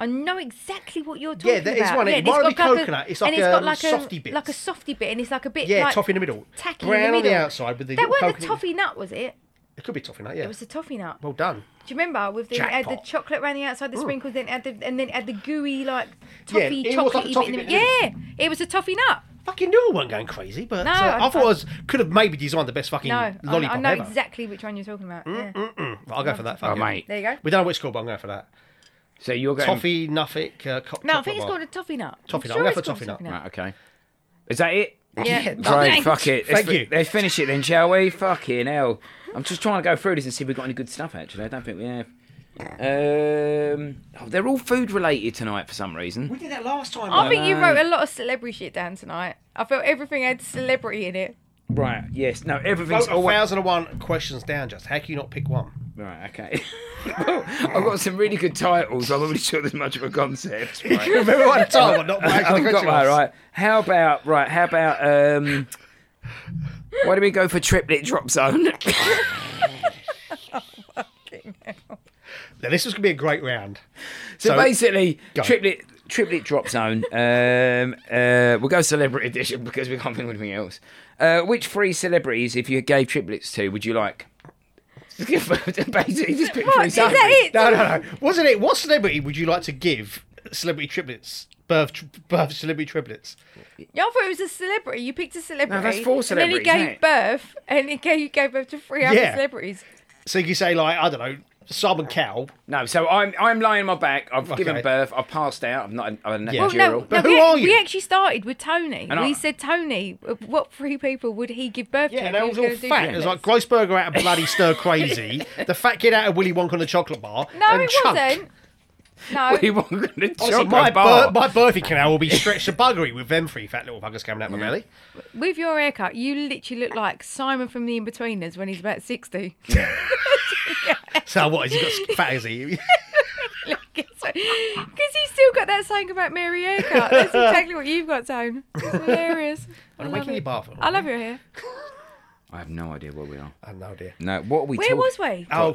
I know exactly what you're talking Yeah, about. there is one. It and might got be coconut. It's like, and it's um, got like a softy bits. like a softy bit, and it's like a bit Yeah, like toffee in the middle. tacky in Brown the on the middle. outside with the That little weren't a coconut- toffee nut, was it? It could be toffee nut. Yeah. It was a toffee nut. well done. Do you remember with the it had the Jackpot. Mm. chocolate round the outside, the sprinkles, then had the and then had the gooey like Yeah, toffee it was like a chocolatey toffee bit in the bit, Yeah, it was a toffee nut. Fucking knew I weren't going crazy, but No, uh, I, I- thought I was could have maybe designed the best fucking No, I, I lollipop know ever. exactly which one you're talking about. yeah. Right, I'll go for that. Oh, Fuck it. mate. There you go. We don't know which called, but I'm going for that. So you're going. Toffee, nothing. Uh, co- No, I chocolate think it's bar. called a toffee nut. I'm Toffee nut. sure I'll go it's for called a toffee nut. Right, okay. Is that it? Yeah. Right, Thanks. fuck it. Let's Thank fi- you. Let's finish it then, shall we? Fucking hell. I'm just trying to go through this and see if we've got any good stuff, actually. I don't think we have. Um, oh, they're all food related tonight for some reason. We did that last time. I though. think you wrote a <laughs> lot of celebrity shit down tonight. I felt everything had celebrity in it. Right, Oh, yes. No, everything's Wrote a always. thousand and one questions down. Just how can you not <laughs> pick one? Right, okay. <laughs> I've got some really good titles. I'm not really sure there's much of a <laughs> concept. Right. Remember one time, but not what I actually haven't the got question that was. right. How about right? How about um? Why do we go for triplet drop zone? <laughs> Now, this was gonna be a great round. so, So- basically, Go. triplet triplet drop zone. Um, uh, we'll go celebrity edition because we can't think of anything else. Uh, which three celebrities, if you gave triplets to, would you like? <laughs> basically, just pick What, three is that celebrities. it? No, no, no. Wasn't it? What celebrity would you like to give celebrity triplets birth, birth celebrity triplets. Yeah, I thought it was a celebrity. You picked a celebrity. four And celebrities, then he isn't gave it? birth, and he gave, you gave birth to three other Yeah. celebrities. So you can say like I don't know, Simon Cowell. No, so I'm I'm lying on my back. I've given Okay. birth. I've passed out. I'm not. I'm an Yeah. Well, Oh, no, epidural. But no, who we, are We you? actually started with Tony. And we I- said Tony. uh, What three people would he give birth to? Yeah, if they he was all gonna do fat. It was like triplets? Grossberger out of bloody stir crazy, the fat kid out of Willy Wonka on the chocolate bar. <laughs> no, and it Chunk. wasn't. <laughs> No, <laughs> He wasn't going to Honestly, chop my, my bir- bar. my birthing canal will be stretched to buggery with them three fat little buggers coming out my belly. with your haircut, you literally look like Simon from The Inbetweeners when he's about sixty. <laughs> So what? Has he got fat? <laughs> Is he? Because he's still got that saying about Mary haircut. <laughs> That's exactly what you've got, Tone. It's hilarious. I I'm love making it. you bath. I love your hair. I have no idea where we are. Oh no, dear. No, what are we? Where talking- was we? Oh,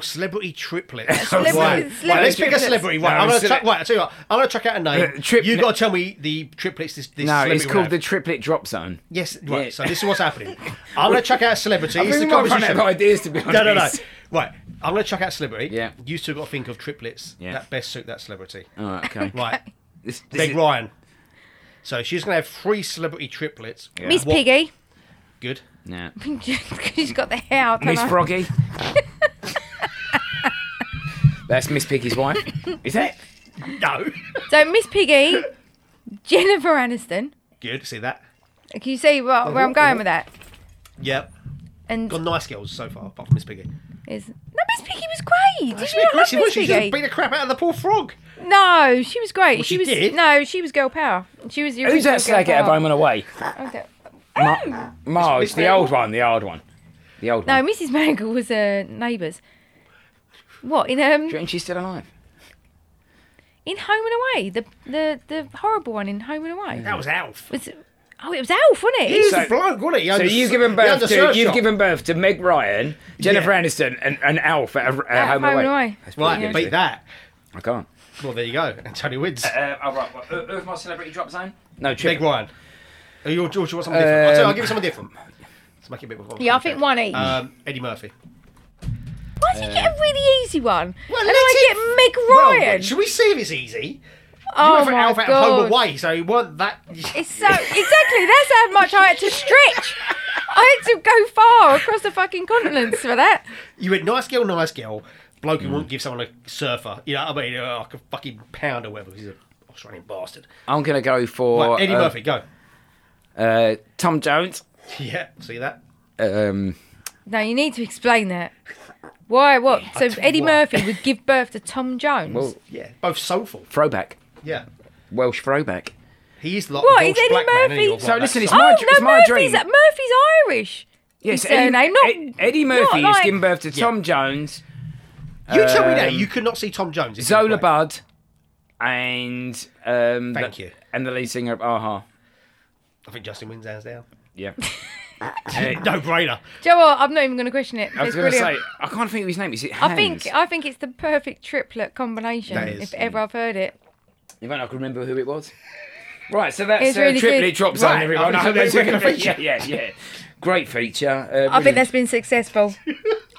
<laughs> celebrity triplets. Celebrity- right. celebrity right, let's pick a triplets. celebrity. Right, No, I'm gonna cele- tra- right, I'll tell you what, I'm gonna track out a name. Uh, triplet- you got to tell me the triplets. This, this No, it's celebrity called would the have. triplet drop zone. yes. Right. Yeah. So this is what's happening. I'm gonna check out a celebrity. <laughs> I It's the think I've run out competition. of ideas to be honest. No, no, no. Right, I'm gonna check out a celebrity. Yeah. You two got to think of triplets Yeah. that best suit that celebrity. All right, okay. Right. This, this Big is- Ryan. So she's gonna have three celebrity triplets. Miss What- Piggy. <laughs> Good. Nah. she's got the hair out. Miss don't I? <laughs> Froggy. That's Miss Piggy's wife. Is that? No. <laughs> So Miss Piggy, Jennifer Aniston. Good. See that? Can you see where, where I'm going with that? Yep. And Got nice girls so far, apart from Miss Piggy. is no Miss Piggy was great. Did She's you not love aggressive, Miss wasn't she? She Piggy? just beat the crap out of the poor frog. No, she was great. she, she was did. no, she was girl power. She was the Who's that original slag girl out of uh, power. Home and Away? Okay. Ma- Marge, the old one, the old one. The old "Oh, No, one. Mrs. Mangle was uh, neighbours. What in Do you um think she's still alive? in Home and Away the the the horrible one in Home and Away That was Alf. was oh it was Alf wasn't He was it? So- a bloke, wasn't he? So you've given birth to you've given birth to Meg Ryan, Jennifer Yeah. Aniston, and, and Alf at, at, At Home and Home Away. and Away. That's Right, pretty beat good. that. I can't. Well, there you go. Antonio wins. Uh, all right. Well, who- who's my celebrity drop zone? No, Big Chip. Ryan. Are you, do you want something different? I'll, tell you, I'll give you something different. Let's make it a bit more Yeah, I think complicated. one each. Um, Eddie Murphy. Why did you get a really easy one? Well, and let I get Meg Ryan. Well, should we see if it's easy? oh you went for my Alf god! out of home away, so you weren't that. <laughs> It's so exactly that's how much I had to stretch. I had to go far across the fucking continents for that. You went nice girl, nice girl. Bloke who wouldn't give someone a surfer. You know, what I mean, uh, like a fucking pound or whatever. 'cause He's an Australian bastard. I'm gonna go for Right, Eddie uh, Murphy, go. <laughs> Uh, Tom Jones. Yeah, see that? Um, Now you need to explain that. Why? What? So tell you Eddie what. Murphy would give birth to Tom Jones. well, Yeah, both soulful. throwback. Yeah. Welsh throwback. He is like What, the is Welsh Eddie black man, isn't he, Murphy- or So like listen, that? it's oh my, no, it's my Murphy's dream. Murphy's Irish. yes, his surname, not- Ed- Eddie not Murphy like- is giving birth to Tom Jones, You tell me that Um, you could not see Tom Jones. if you Zola played. Bud, and um, Thank the, you. and the lead singer of Aha. I think Justin wins hands down. <laughs> Yeah. Uh, <laughs> No brainer. Do you know what? I'm not even going to question it. I was It's going to say, brilliant. I can't think of his name. Is it Hans? I think I think it's the perfect triplet combination. That is. If ever I've heard it. You won't I can remember who it was. Right, so that's It's uh, really triplet good. drops on Right, everyone. <laughs> I think it's a really good yeah, yeah, yeah. Great feature. Uh, I brilliant. think that's <laughs> been successful.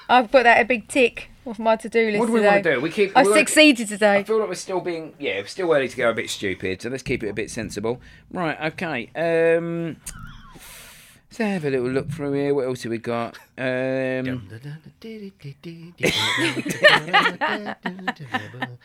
I've put that a big tick off my to-do list What do we today. Oh, want to do? We keep. I we want- succeeded I today. feel like we're still being, yeah, we're still early to go a bit stupid, so let's keep it a bit sensible. Right, okay. Um, let's have a little look through here. What else have we got? Um,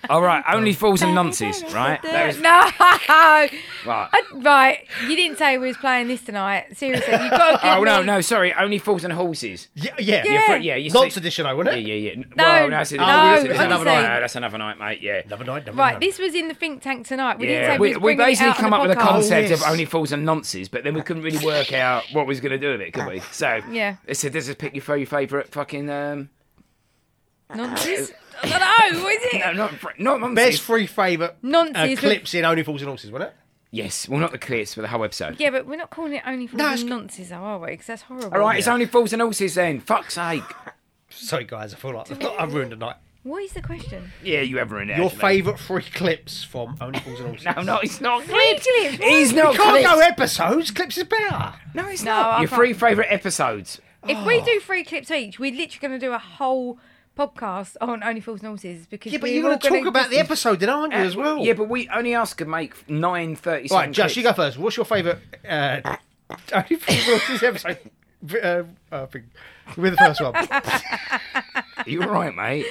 all right, only fools and nonces, right? That was- No, <laughs> right. right. You didn't say we was playing this tonight. Seriously, <laughs> you got to give Oh, me. no, no, sorry, only fools and horses. Yeah, yeah. Yeah. But yeah, you Nonce see- edition, though, wouldn't it? Yeah, yeah, yeah. No, well, that's, no, that's, that's another honestly. night. No, that's another night, mate. Yeah. Never mind, never Right, mind. this was in the think tank tonight. We didn't Yeah, say we, we, was we bringing it basically out come on up the with a podcast. concept yes. of only fools and nonces, but then we couldn't really work out what we was going to do with it, could we? So Ah. Yeah. I said, "This is pick your, your favourite fucking um, <laughs> Nonsense. I don't know. What is no, it? not fr- not nonces. Best three favourite Nonces uh, with- clips in Only Fools and Horses, wasn't it? Yes, well, not the clips, but the whole episode. Yeah, but we're not calling it only for No, it's- nonsense, though, are we? Because that's horrible. All right, it's only fools and horses then. Fuck's sake. Sorry, guys, I feel like I've ruined the night. What is the question? Yeah, you ever in there? Your favourite three clips from Only Fools and Horses? <laughs> No, no, it's not. Clips. He's not. Can't clips. go episodes. Clips is better. No, it's No, not. I Your can't. three favourite episodes. If we do three clips each, we're literally going to do a whole podcast on Only Fools and Horses because Yeah, but we you're were all going to talk gonna about the dis- episode then, aren't you, as well? Uh, Yeah, but we only asked to make nine thirty. All right, Josh, you go first. What's your favourite uh, <laughs> Only <laughs> Fools and Horses episode? Uh, uh, thing? With the first <laughs> one. <laughs> You're right, mate.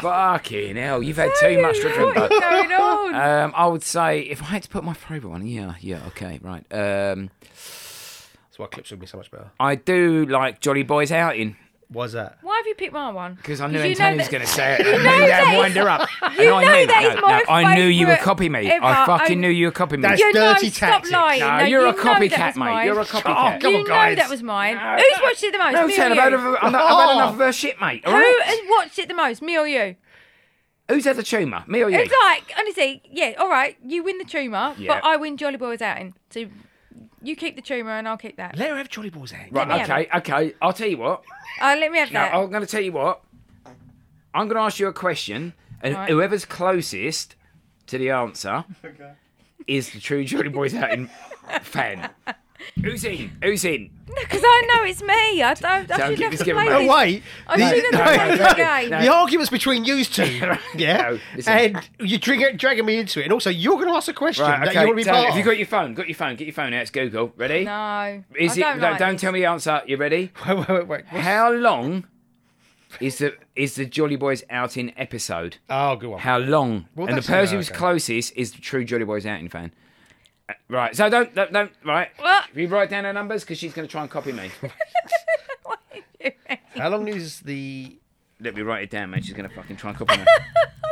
Fucking hell, you've had too much to drink. What bud. is <laughs> going on? Um, I would say if I had to put my favourite one, yeah, yeah, okay, right. Um, That's why clips would be so much better. I do like Jolly Boys outing Why's that? Why have you picked my one? because I knew <laughs> you know Antonio's that- going to say it. You know that that is- wind her <laughs> up. you and I know knew, that is no, my no, I knew you were favourite copying me. ever. I fucking I- knew you were copying me. That's You know, dirty stop tactics. lying. No, No, you're you a know copycat, that mate. was mine. You're a copycat. come you on, know guys. that was mine. No. Who's watched it the most? No, me Tan, or I've had, you? enough, I've had enough of her shit, mate. All right? Who has watched it the most? Me or you? Who's had the tumour? Me or you? It's like honestly, yeah. All right, you win the tumour, Yeah. but I win Jolly Boys outing. So you keep the tumour and I'll keep that. Let her have Jolly Balls out. Right, me have okay, okay. I'll tell you what. Uh, let me have No, that. <laughs> I'm going to tell you what. I'm going to ask you a question, and Right. whoever's closest to the answer is the true Jolly Boys out in <laughs> fan. Who's in? Who's in? Because I know it's me. I don't. I Don't should keep have us to giving away. play this. No, Oh, wait. I The- shouldn't have played no, this game. no. The argument's between you <laughs> two. Yeah. No, listen. and you're dragging, dragging me into it. And also, you're going to ask a question Right, that you want okay. to be part Dan, have of. you got your phone? Got your phone? Get your phone out. It's Google. Ready? No. Is I don't it? like don't this. <laughs> tell me the answer. You ready? wait, wait, wait, wait. How long is the is the Jolly Boys outing episode? Oh, good one. How long? Well, and the that's- person yeah, who's okay. closest is the true Jolly Boys outing fan. Uh, Right, so don't, don't, don't right. What? You write down her numbers because she's going to try and copy <laughs> me. How long is the. Let me write it down, man. She's going to fucking try and copy <laughs> me.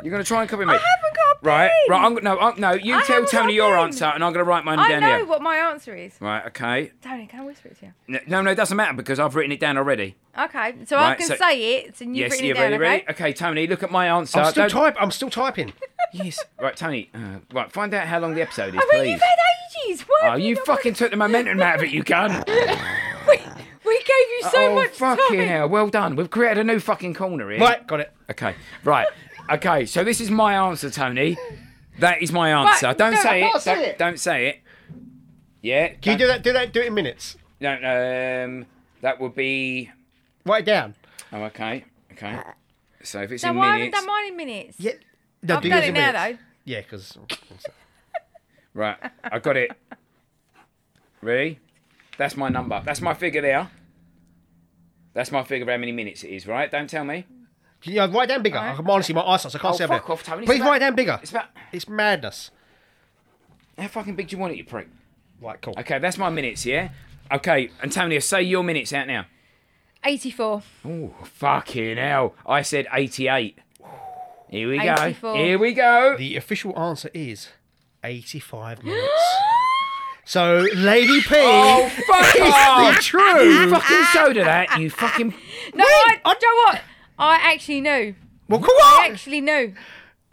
You're going to try and copy me. I haven't got a pen. Right, right. I'm, no, I'm, no. You I tell haven't got Tony a your pen. answer, and I'm going to write mine I down know here. what my answer is. Right, okay. Tony, can I whisper it to you? N- No, no, it doesn't matter because I've written it down already. Okay, so I Right, can so- say it, and you've yes, written you it down. ready? ready? okay. Okay, Tony, look at my answer. I'm still, Don't- type, I'm still typing. Yes. Right, Tony. Uh, right, find out how long the episode is, I mean, please. Oh, you've had ages. Why Oh, have you not- fucking took the momentum out of it, you cunt. <laughs> We, we gave you so oh, much fucking time. hell. Well done. We've created a new fucking corner here. Right, got it. Okay. Right. Okay. So this is my answer, Tony. That is my answer. Right, don't no, say I it. can't say don't, it. don't say it. Yeah. Can you do that? Do that. Do it in minutes. No, um, that would be. Write it down. Oh, okay. Okay. So if it's Uh, Now, in why haven't minutes. done mine in minutes? Yeah. No, I've do done yours it in now, minutes. though. Yeah, because Right. I got it. Ready? That's my number. That's my figure there. That's my figure of how many minutes it is, right? Don't tell me. can you write down bigger? Alright. I can honestly, my eyesight, so I can't Oh, see fuck everything. off, Tony. It's Please about- write down bigger. It's about. It's madness. How fucking big do you want it, you prick? Right, cool. Okay, that's my minutes, yeah? Okay, Antonio, say your minutes out now. <gasps> 84. Oh, fucking hell. I said 88. Here we go. 84. Here we go. The official answer is 85 minutes. <gasps> so, Lady P Oh, <laughs> fuck is the off. You true. fucking soda that, you fucking. No, I, do you know what? I actually knew. well, come I on. actually knew.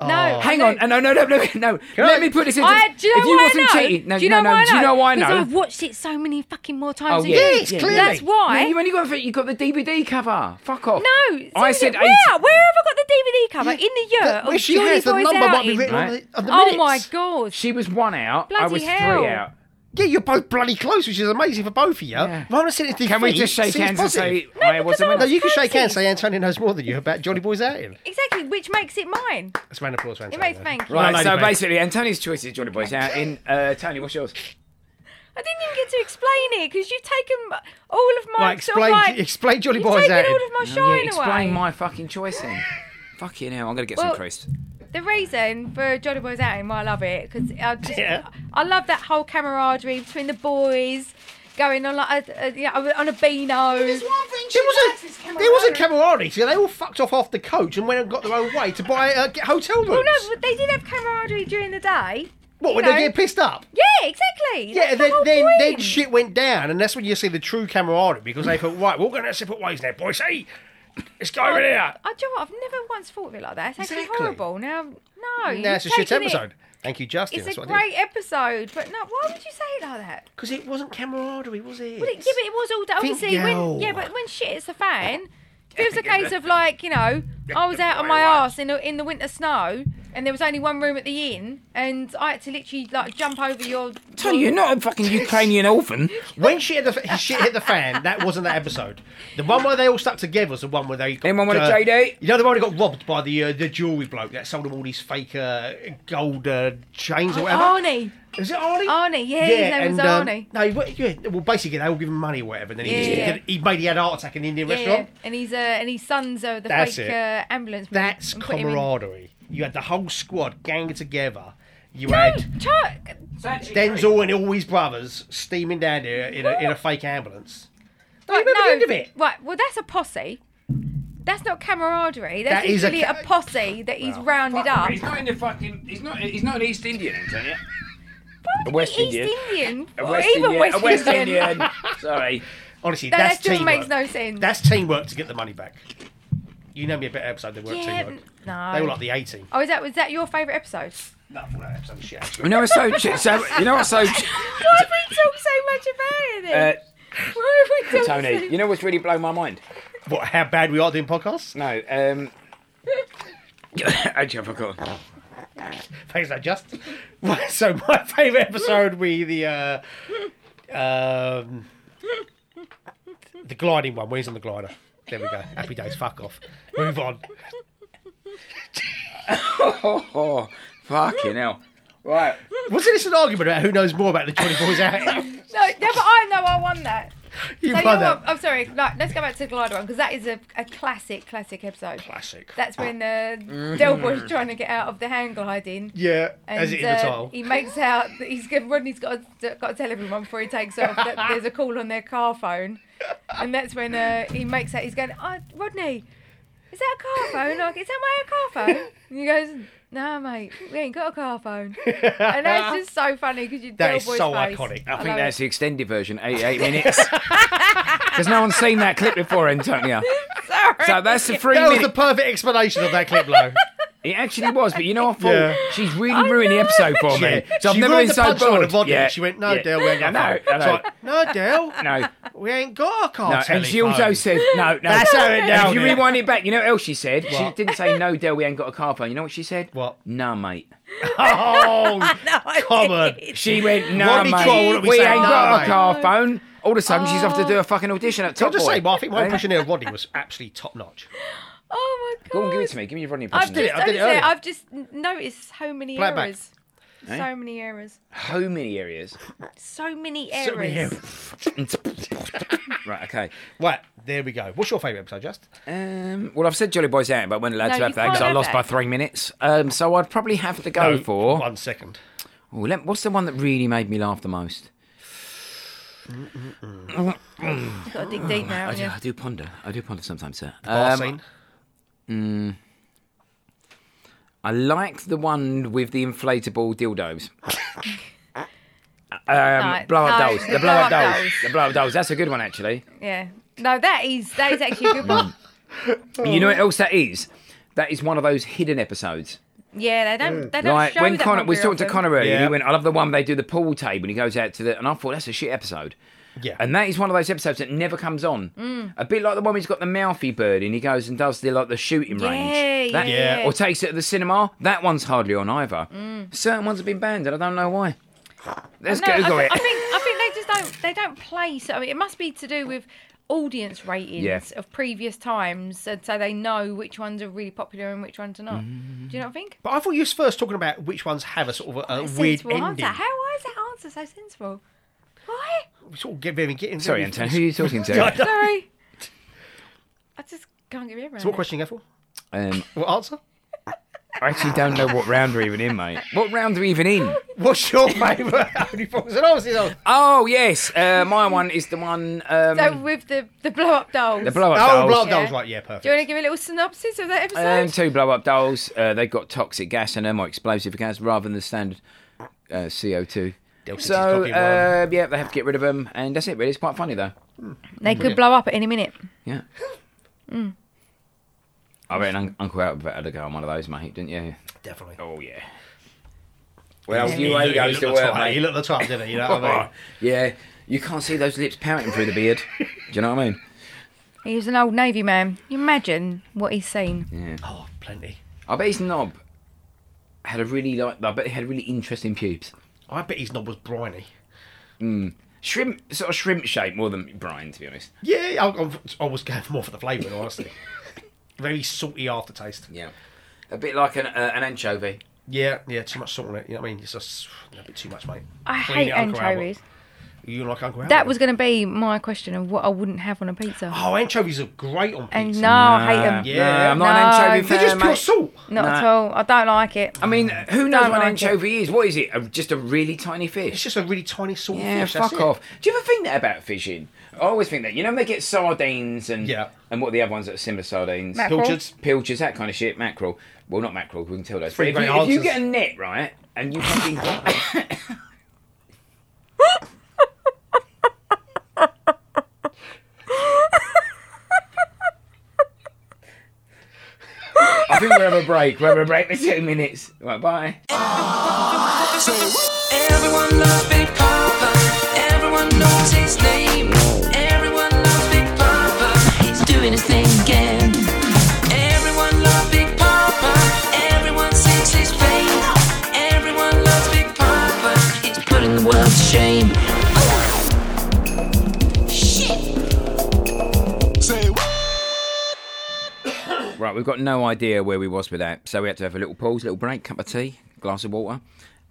No. Oh. Hang on. No, no, no, no. no. Let me put this into. I, do you know if you why wasn't I know? cheating. No, do you no, know no. why I know? do you know why I know? Because I've watched it so many fucking more times. Oh, than yeah. you. Yes, clearly. That's No, why. you only got it for- you got the DVD cover. Fuck off. no, I seriously, said where? 80. Where have I got the DVD cover? In the year But of if she Johnny has, the Boy's number might be Outing. written on Right. the, of the minutes. Oh my god! She was one out. I Bloody was hell. three out. Yeah, you're both bloody close, which is amazing for both of you. Yeah. Rather than sitting there Can we defeat, just shake seems hands and positive. say I was because a I winner? No, you can shake Fancy. hands. Say Antonio knows more than you about Johnny Boy's outing. Exactly, which makes it mine. That's a round of applause. for It Antonio. makes thank you. Right, Well, so lady, mate. basically, Antonio's choice is Johnny Boy's <laughs> out. In uh, Tony, what's yours? I didn't even get to explain it because you've taken uh, all of my Right, sort of explain, like- explain Johnny you've Boy's taken outing. all of my shine Yeah, explain away. my fucking choice <laughs> then. fucking hell, I'm gonna get some Well- crisps. the reason for Johnny Boy's outing, why I love it, because I just Yeah. I love that whole camaraderie between the boys. Going on like a, a, yeah, on a beano. There wasn't, there wasn't camaraderie. So they all fucked off after coach and went and got their own way to buy uh, get hotel rooms. Well, no, but they did have camaraderie during the day. what when you they know. get pissed up? Yeah, exactly. Yeah, That's the then whole then, then point. shit went down, and that's when you see the true camaraderie because they thought, right, we're all going to separate ways now, boys. Hey, let's go over there. I do you know what, I've never once thought of it like that. It's actually Exactly. horrible. Now, no. No, it's a you've shit taken it- episode. Thank you, Justin. It's that's a what I did. great episode, but no, why would you say it like that? Because it wasn't camaraderie, was it? But it, yeah, but it was all day. Think Obviously, when girl. yeah, but when shit hits the fan, if it was a case of like you know, I was out on my ass in the in the winter snow, and there was only one room at the inn, and I had to literally like jump over your. Tony, you're not a <laughs> fucking Ukrainian orphan. When shit hit the shit hit the fan, that wasn't that episode. The one where they all stuck together was the one where they. Got, uh, Anyone want a JD? You know the one who got robbed by the uh, the jewelry bloke that sold them all these fake uh, gold uh, chains or whatever. Oh, Arnie, Is it Arnie? Arnie, yeah, his name was um, Arnie. no, he wa- yeah, well, basically they all give him money or whatever. And then he, Yeah. just, he made he had a heart attack in the Indian yeah, yeah, restaurant. and he's uh, and his sons are the That's fake it. uh, ambulance. men That's and put him in- camaraderie. You had the whole squad ganging together. You No, had Chuck. Denzel and all his brothers steaming down there in a, in a fake ambulance. Don't Right, you remember no. the end of it? Right, well, that's a posse. That's not camaraderie. That's That is a literally a, ca- posse that he's Well, rounded up. He's not in the fucking. He's not. He's not an East Indian, Antonia. What? West East Indian. Indian. A Or West even Indian. West, a West Indian. Indian. <laughs> Sorry. Honestly, That, that that's still teamwork. makes no sense. That's teamwork to get the money back. You know me a better episode than work yeah, n- teamwork. no. They were like the 18. Oh, is that was that your <laughs> favourite episode? <laughs> No, all that episode was shit. actually. You know what's so. so you know what's so. Why have we talked so much about <laughs> Uh, it? Why have <laughs> we talked Tony, so- you know what's really blown my mind? What? How bad we are doing podcasts? <laughs> No. Um, actually, I forgot. Thanks, I just. <laughs> Right, so my favourite episode we the uh, um, the gliding one. Where's on the glider? There we go. Happy days. Fuck off. Move on. Oh, fucking hell. Right. Wasn't this an argument about who knows more about the Johnny <laughs> Boys out? No, no, but I know I won that. You So you know what? won that. I'm sorry. Like, let's go back to the glider one because that is a, a classic, classic episode. Classic. That's when Mm. the Del Boy's trying to get out of the hang gliding. Yeah, And, as it in uh, the title. <laughs> he makes out that he's got, Rodney's got to, got to tell everyone before he takes off <laughs> that there's a call on their car phone, and that's when uh, he makes out he's going, oh, Rodney, is that a car phone? Like, is that my car phone? And he goes, No, mate, we ain't got a car phone. And <laughs> that's just so funny because you That Del is Boy's so face. iconic. I think love that's the extended version, 88 minutes. <laughs> Because no one's seen that clip before, Antonia. Sorry. So that's the three That was the minute. perfect explanation of that <laughs> clip, though. It actually was, but you know, I thought Yeah. she's really ruined the episode for me. Yeah. So I've she never been ruined the so punchline bored. Of Rodney. Yeah. She went, no, Yeah. Dale, we ain't I got know, a phone. I It's know. like, no, Dale, No, we ain't got a car. no. And she also said, no, no. That's how it If down you it. rewind it back, you know what else she said? She What? didn't say, no, Del, we ain't got a car phone. You know what she said? What? Nah, mate. <laughs> Oh, <laughs> No, I come on. did. She went, nah, Rodney Troll mate. would be We saying, ain't "Nah, got a mate." car phone. All of a sudden, she's off to do a fucking audition at Top I'll just Boy. say, well, I think my Right? impression here of Rodney was absolutely top notch. Oh my god. Go on, give it to me. Give me your Rodney I've impression. just, it, I did it honestly, earlier. I've just n- noticed how many Play it back. errors. Eh? So many errors. How many areas? So many errors. So we have- Right, okay. Right, there we go. What's your favourite episode, Just? Um, well, I've said Jolly Boys out, but when allowed No, to you have that can't because I have lost that. by three minutes. Um, so I'd probably have to go for. One second. Ooh, let- what's the one that really made me laugh the most? You've got to dig Oh, deep now. I haven't do, you? I do ponder. I do ponder sometimes, sir. Bar Um, scene. I liked the one with the inflatable dildos. um, No, blow up no, dolls. The the blow up blow up dolls. dolls. The blow up dolls. That's a good one, actually. Yeah. No, that is that is actually a good Mm. one. You know what else that is? That is one of those hidden episodes. Yeah, they don't. They don't Like show when that Connor, one we very talked to often. Connor earlier. and He Yeah. went, "I love the one where they do the pool table." And he goes out to the, and I thought that's a shit episode. Yeah. And that is one of those episodes that never comes on. Mm. A bit like the one who's got the mouthy bird and he goes and does the like the shooting range. Yeah, That- yeah, yeah. Or takes it to the cinema. That one's hardly on either. Certain ones have been banned and I don't know why. Let's No, I, Google thi- it. I think I think they just don't. They don't play. So I mean, it must be to do with audience ratings Yeah. of previous times, and so they know which ones are really popular and which ones are not. Do you not think? But I thought you was first talking about which ones have a sort of Mm-hmm. a, a weird sensible ending. answer. How? Why is that answer so sensible? <laughs> Why? We sort of get very getting. Sorry, very- Anton, who are you <laughs> talking to? Sorry. I just can't get my head around. So what it. question you go for? um, What answer? I actually don't know what round we're even in, mate. What round are we even in? What's your <laughs> favourite? Only four- so obviously, no. Oh yes, uh, my one is the one. Um, So with the the blow up dolls. the blow up Oh, dolls. blah, that Yeah. was right. Yeah, perfect. Do you want to give a little synopsis of that episode? Um, two blow up dolls. Uh, they've got toxic gas in them or explosive gas rather than the standard uh, CO2. Delta So, City Cocky uh, yeah, they have to get rid of them, and that's it, really. It's quite funny, though. They could blow up at any minute. Yeah. I reckon Un- Uncle Albert had a go on one of those, mate, didn't you? Definitely. Oh, yeah. Well, He you ain't looked- he goes looked to the work, top, He mate. looked the top, <laughs> didn't <laughs> he? You know what I mean? <laughs> Yeah, you can't see those lips pouting through the beard. Do you know what I mean? He was an old Navy man. You imagine what he's seen. Yeah. Oh, plenty. I bet his knob had a really like. I bet he had really interesting pubes. I bet his knob was briny. Shrimp, sort of shrimp shape more than brine, to be honest. Yeah, I, I, I was going more for the flavour, honestly. <laughs> Very salty aftertaste. Yeah, a bit like an uh, an anchovy. Yeah, yeah, too much salt on it. You know what I mean? It's just a bit too much, mate. I Clean hate it, Uncle Albert. anchovies. You like Uncle Albert? That was going to be my question of what I wouldn't have on a pizza. Oh, anchovies are great on pizza. and no, I hate Nah. them. Yeah. Nah, I'm not No. an anchovy They're fan. They're just pure mate. salt. Not Nah. at all. I don't like it. I mean, Uh, who knows Don't what an like it. anchovy is? What is it? Uh, Just a really tiny It's fish. just a really tiny salty Yeah, fish. that's fuck it. off. Do you ever think that about fishing? I always think that. You know, when they get sardines and Yeah. and what are the other ones that are similar sardines, Mac- Pilchards. pilchards, that kind of shit, mackerel. Well, not mackerel. We can tell those. But Three if, you, great if you answers. get a net right and you <laughs> fucking I think we'll have a break. We'll have a break for two minutes. Right, bye. So everyone loves Big Papa. Everyone knows his name. Everyone loves Big Papa. He's doing his thing again. Everyone loves Big Papa. Everyone sings his fame. Everyone loves Big Papa. He's putting the world to shame. Right, we've got no idea where we was with that, so we had to have a little pause, a little break, cup of tea, glass of water,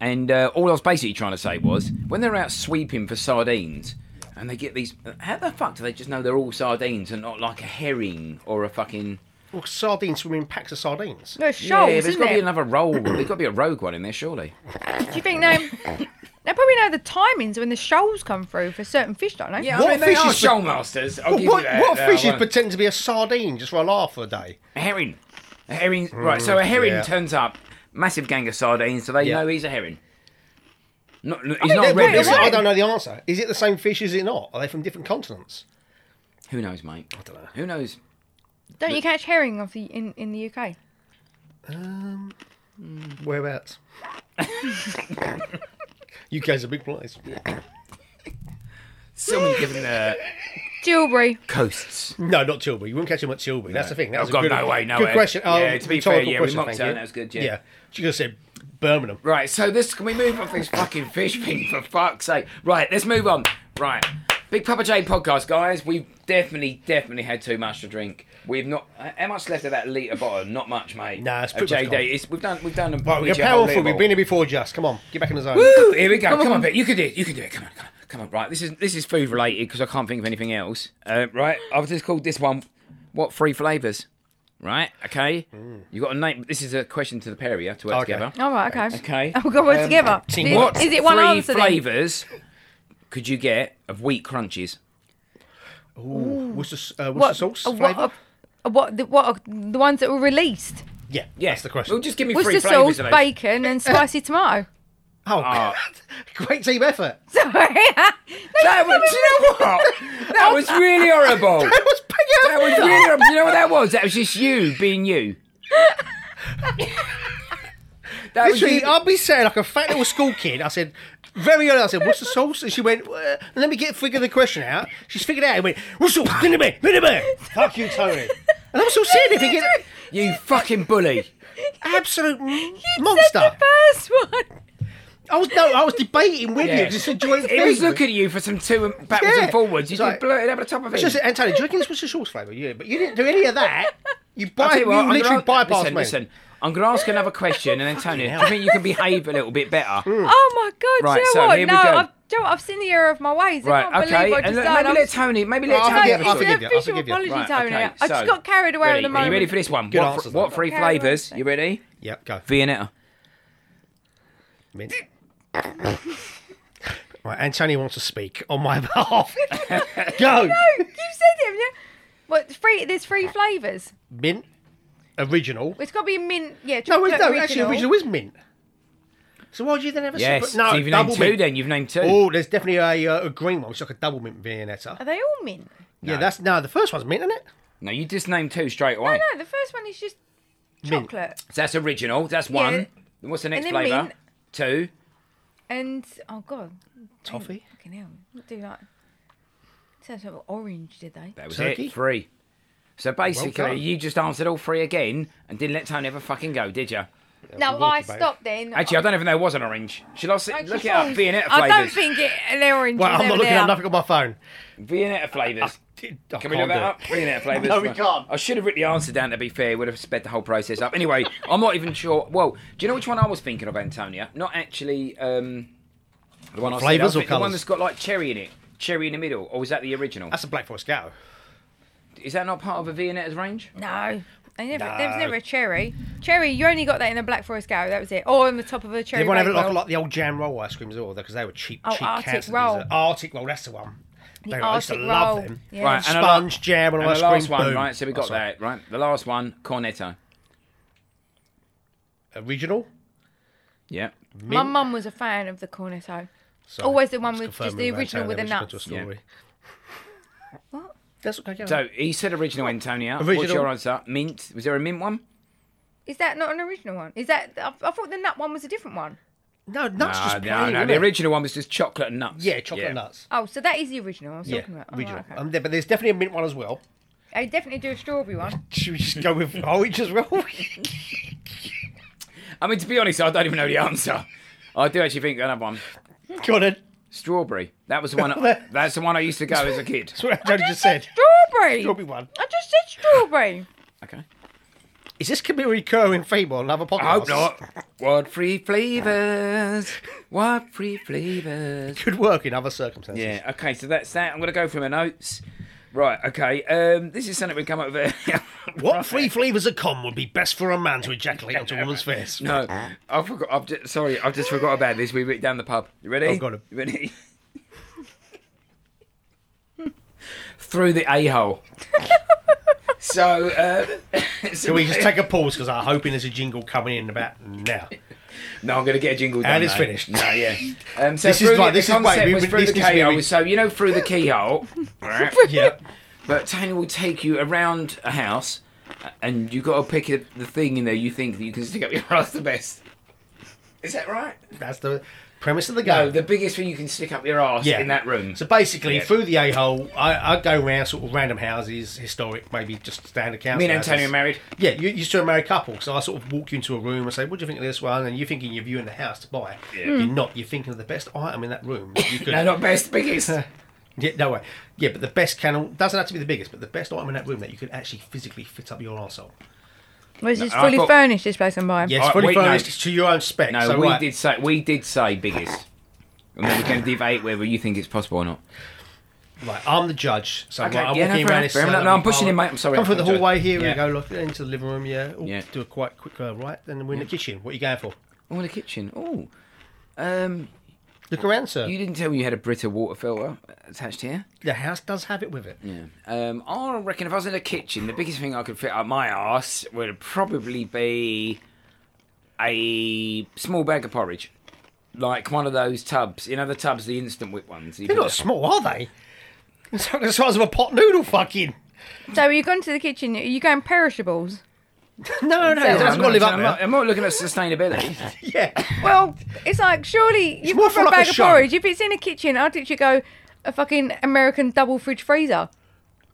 and uh, all I was basically trying to say was when they're out sweeping for sardines, and they get these, how the fuck do they just know they're all sardines and not like a herring or a fucking? Well, sardines swim in packs of sardines. No, shoals, yeah, there's isn't got to be it? another roll. There's got to be a rogue one in there, surely. Do you think they? <coughs> They probably know the timings when the shoals come through for certain fish, don't they? Yeah, What I mean, they fish are is- showmasters. I'll give you What, that. what No, fish I is won't. pretending to be a sardine just for a laugh for a day? A herring. A herring. right, so a herring Mm, yeah. turns up, massive gang of sardines, so they Yeah. know he's a herring. Not, he's not a Wait, red is it- herring. I don't know the answer. Is it the same fish? Is it not? Are they from different continents? Who knows, mate? I don't know. Who knows? Don't you catch herring off the in, in the UK? Um, Whereabouts? <laughs> UK's a big place. So many different uh, Jewelry. coasts. No, not Tilbury. You wouldn't catch him at Tilbury. That's the thing. That was Oh, God, a good, no way, no good way. question. Oh, Yeah, to be fair, rhetorical yeah, we question, mocked thank her, you. that was good, yeah. yeah. She could have said Birmingham. Right, so this can we move off this fucking fish thing for fuck's sake? Right, let's move on. Right, Big Papa J podcast, guys. We've definitely, definitely had too much to drink. We've not. How much left of that liter bottle? Not much, mate. Nah, it's Of pretty much JD. gone. It's, we've done. We've done. A Right, we're pretty whole Oh, litre powerful. We've been bottle. here before, Just. Come on, get back in the zone. Woo! Here we go. Come, on, Pete. You can do it. You can do it. Come on, come on, come on. Right, this is this is food related because I can't think of anything else. Uh, right, I've just called this one what three flavors. Right, okay. You got a name. This is a question to the pair of you to work Mm. Okay. together. All right, okay. <laughs> Okay. Oh, God, we're together. Is, teamwork. is it one three answer then? flavors could you get of wheat crunches? Ooh, Worcester, uh, Worcester What, sauce uh, flavour? what, uh, uh, what, the, what are the ones that were released? yeah, Yeah. that's the question. Well, just give me three Worcester flavors sauce, of those. bacon, <laughs> and spicy tomato. oh, God. Ah. <laughs> great team effort. Sorry. <laughs> That was, do you know what? That was really horrible. That was big That was really horrible. You know what that was? That was just you being <laughs> you. that was you. Literally, I'll be saying like a fat little school kid. I said, very early, I said, what's the sauce? And she went, "Uh, let me get figure the question out. She's figured it out and went, <laughs> what's the sauce? Minute, minute, minute. Fuck you, Tony. And I'm still sitting there thinking, You fucking bully. absolute The monster. first one. I was no, I was debating with Yeah. you. Just a joint He thing. was looking at you for some two and backwards Yeah. and forwards. You It's like- just blurted over the top of It's him. just, Antonio, do you reckon this was the sauce flavour? Yeah, but you didn't do any of that. You, I'll by, tell you, you what, I'm literally gonna- bypassed listen, me. Listen, I'm going to ask another question, and then Tony, do you hell. think you can behave a little bit better? Hmm. Oh, my God. Right, do you know so what? here we no, go. I've, do you know what? I've seen the error of my ways. I Right, can't okay. believe I And just look, done. maybe I'm let Tony. Maybe let Oh, I'll Tony. forgive- have a I'll shot. It's forgive an you, I'll official forgive you. apology, Right, Tony. okay, I so- just got carried away at Ready? the Are moment. you ready for this one? Good what answers, what though. three Okay, flavours? right. You ready? Yep, go. Viennetta. Mint. right, Antonio wants to speak on <laughs> my <laughs> behalf. go. You said him, yeah? What, three, there's three flavours. Mint. Original. It's got to be mint, yeah. No, wait, chocolate no, actually, original is mint. So why do you then have a Yes. separate? No, so you've named double two mint. then. You've named two. Oh, there's definitely a, uh, a green one, which is like a double mint Viennetta. Are they all mint? Yeah, that's no. The first one's mint, isn't it? No, you just named two straight away. Oh, No, the first one is just Mint. chocolate. So that's original. That's one. Then What's the next then flavour? mint. Two. And oh god, Toffee. Mm. fucking hell! What do that? Sounds like orange, did they? That was Turkey? it. Three. So basically, done. you just answered all three again and didn't let Tony ever fucking go, did you? No, I stopped then. Actually, I don't even know there was an orange. Should I see, I- look it up? Viennetta I flavours. don't think it, an orange. Well, is I'm ever not looking there. at nothing on my phone. Vienna flavours. I Can we can't look do that it. up? <laughs> Vienna flavours. No, we can't. I should have written the answer down. To be fair, would have sped the whole process up. Anyway, I'm not even sure. Well, do you know which one I was thinking of, Antonia? Not actually um, the one I said. I Flavours was or thinking- The one colours? that's got like cherry in it, cherry in the middle, or was that the original? That's a Black Forest Ghetto. Is that not part of a Vienna's range? No. I never, There was No. never a cherry. Cherry, you only got that in the Black Forest Ghetto. That was it. Or on the top of a cherry. Everyone have a look bakewell. at like the old jam roll ice creams as well because they were cheap, Oh, cheap Arctic cancer roll. disease. Arctic roll, that's the one. The They were- I used to Arctic love roll. them. Yeah. Right, and a lot- Sponge, jam, and, And ice the last cream. one, boom. right? So we got That's right. that, right? The last one, cornetto. Original. Yeah. My mum was a fan of the cornetto. So Always the one with confirming just the that, original so with the then we nuts. just go to a story. What? That's okay. So he said original, Antonia. What's Original. your answer? Mint. Was there a mint one? Is that not an original one? Is that? I, I thought the nut one was a different one. no, nuts just plain. Uh, no, no. isn't The it? original one was just chocolate and nuts. Yeah, chocolate nuts. Oh, so that is the original I was Yeah, talking about. Oh, right, original. okay. Um, there- but there's definitely a mint one as well. I definitely do a strawberry one. Should we just go <laughs> with orange <laughs> as well? I mean, to be honest, I don't even know the answer. I do actually think another one. Got it. Strawberry. That was the one. <laughs> that's the one I used to go as a kid. That's what Jody just said. Strawberry. Strawberry one. I just said strawberry. <laughs> Okay. Is this going to be a recurring theme on another podcast? I hope not. What free flavors? What free flavors? Could work in other circumstances. Yeah. Okay. So that's that. I'm gonna go through my notes. Right. Okay. Um, this is something we come up with. <laughs> What three flavours of cum would be best for a man to ejaculate onto <laughs> a woman's face? No, I forgot. I've just, sorry, I've just forgot about this. We went down the pub. You ready? Oh, got 'em. You Ready? <laughs> Through the a hole. so, uh, Can we just take a pause because I'm hoping there's a jingle coming in about now. no, I'm going to get a jingle. done, And it's mate. finished. No, yeah. Um, so This is through the, like- this the is why concept we- was we- through this the needs to be keyhole. re- So you know, through the keyhole. right? <laughs> yeah. But Tony will take you around a house, uh, and you got to pick the the thing in there you think that you can stick up your <laughs> ass the best. Is that right? That's the premise of the No, game. the biggest thing you can stick up your ass in that room. So basically, Yeah. through the a hole, I, I'd go around sort of random houses, historic, maybe just standard council. Me and houses. Antonio are married. Yeah, you, you're still a married couple, so I sort of walk you into a room and say, "What do you think of this one?" And you're thinking you're viewing the house to buy. You're not. You're thinking of the best item in that room. <laughs> that You could, No, not best, <laughs> biggest. Yeah, no way. Yeah, but the best kennel doesn't have to be the biggest, but the best item in that room that you could actually physically fit up your arsehole. Well, is this I fully thought- furnished? This place I'm buying. Yes, Alright, fully wait, no. furnished to your own spec. no, so we right. did say we did say biggest. And then we're going to debate whether you think it's possible or not. Right, I'm the judge, so Okay, right, I'm yeah, no, walking fair around enough, this. fair enough. uh, No, I'm pushing hallway. in, mate, I'm sorry, Come I through the apologise. hallway here. Yeah. We go look into the living room. Yeah, Ooh, Yeah. do a quite quick uh, right, then we're in the kitchen. What are you going for? Oh, in the kitchen. Oh, um, Look around, sir. you didn't tell me you had a Brita water filter attached here. The house does have it with it. Yeah. Um, I reckon if I was in the kitchen, the biggest thing I could fit up my ass would probably be a small bag of porridge, like one of those tubs. You know the tubs, the instant whip ones. You They're can- not small, are they? It's like the size of a pot noodle, fucking. <laughs> So you've gone to the kitchen. Are you going perishables? No, no, I'm it doesn't not- got to live I'm not- up. I'm not looking at sustainability. <laughs> Yeah. Well, it's like surely you've more got for a like a bag of show. porridge. If it's in a kitchen, I'd literally go a fucking American double fridge freezer.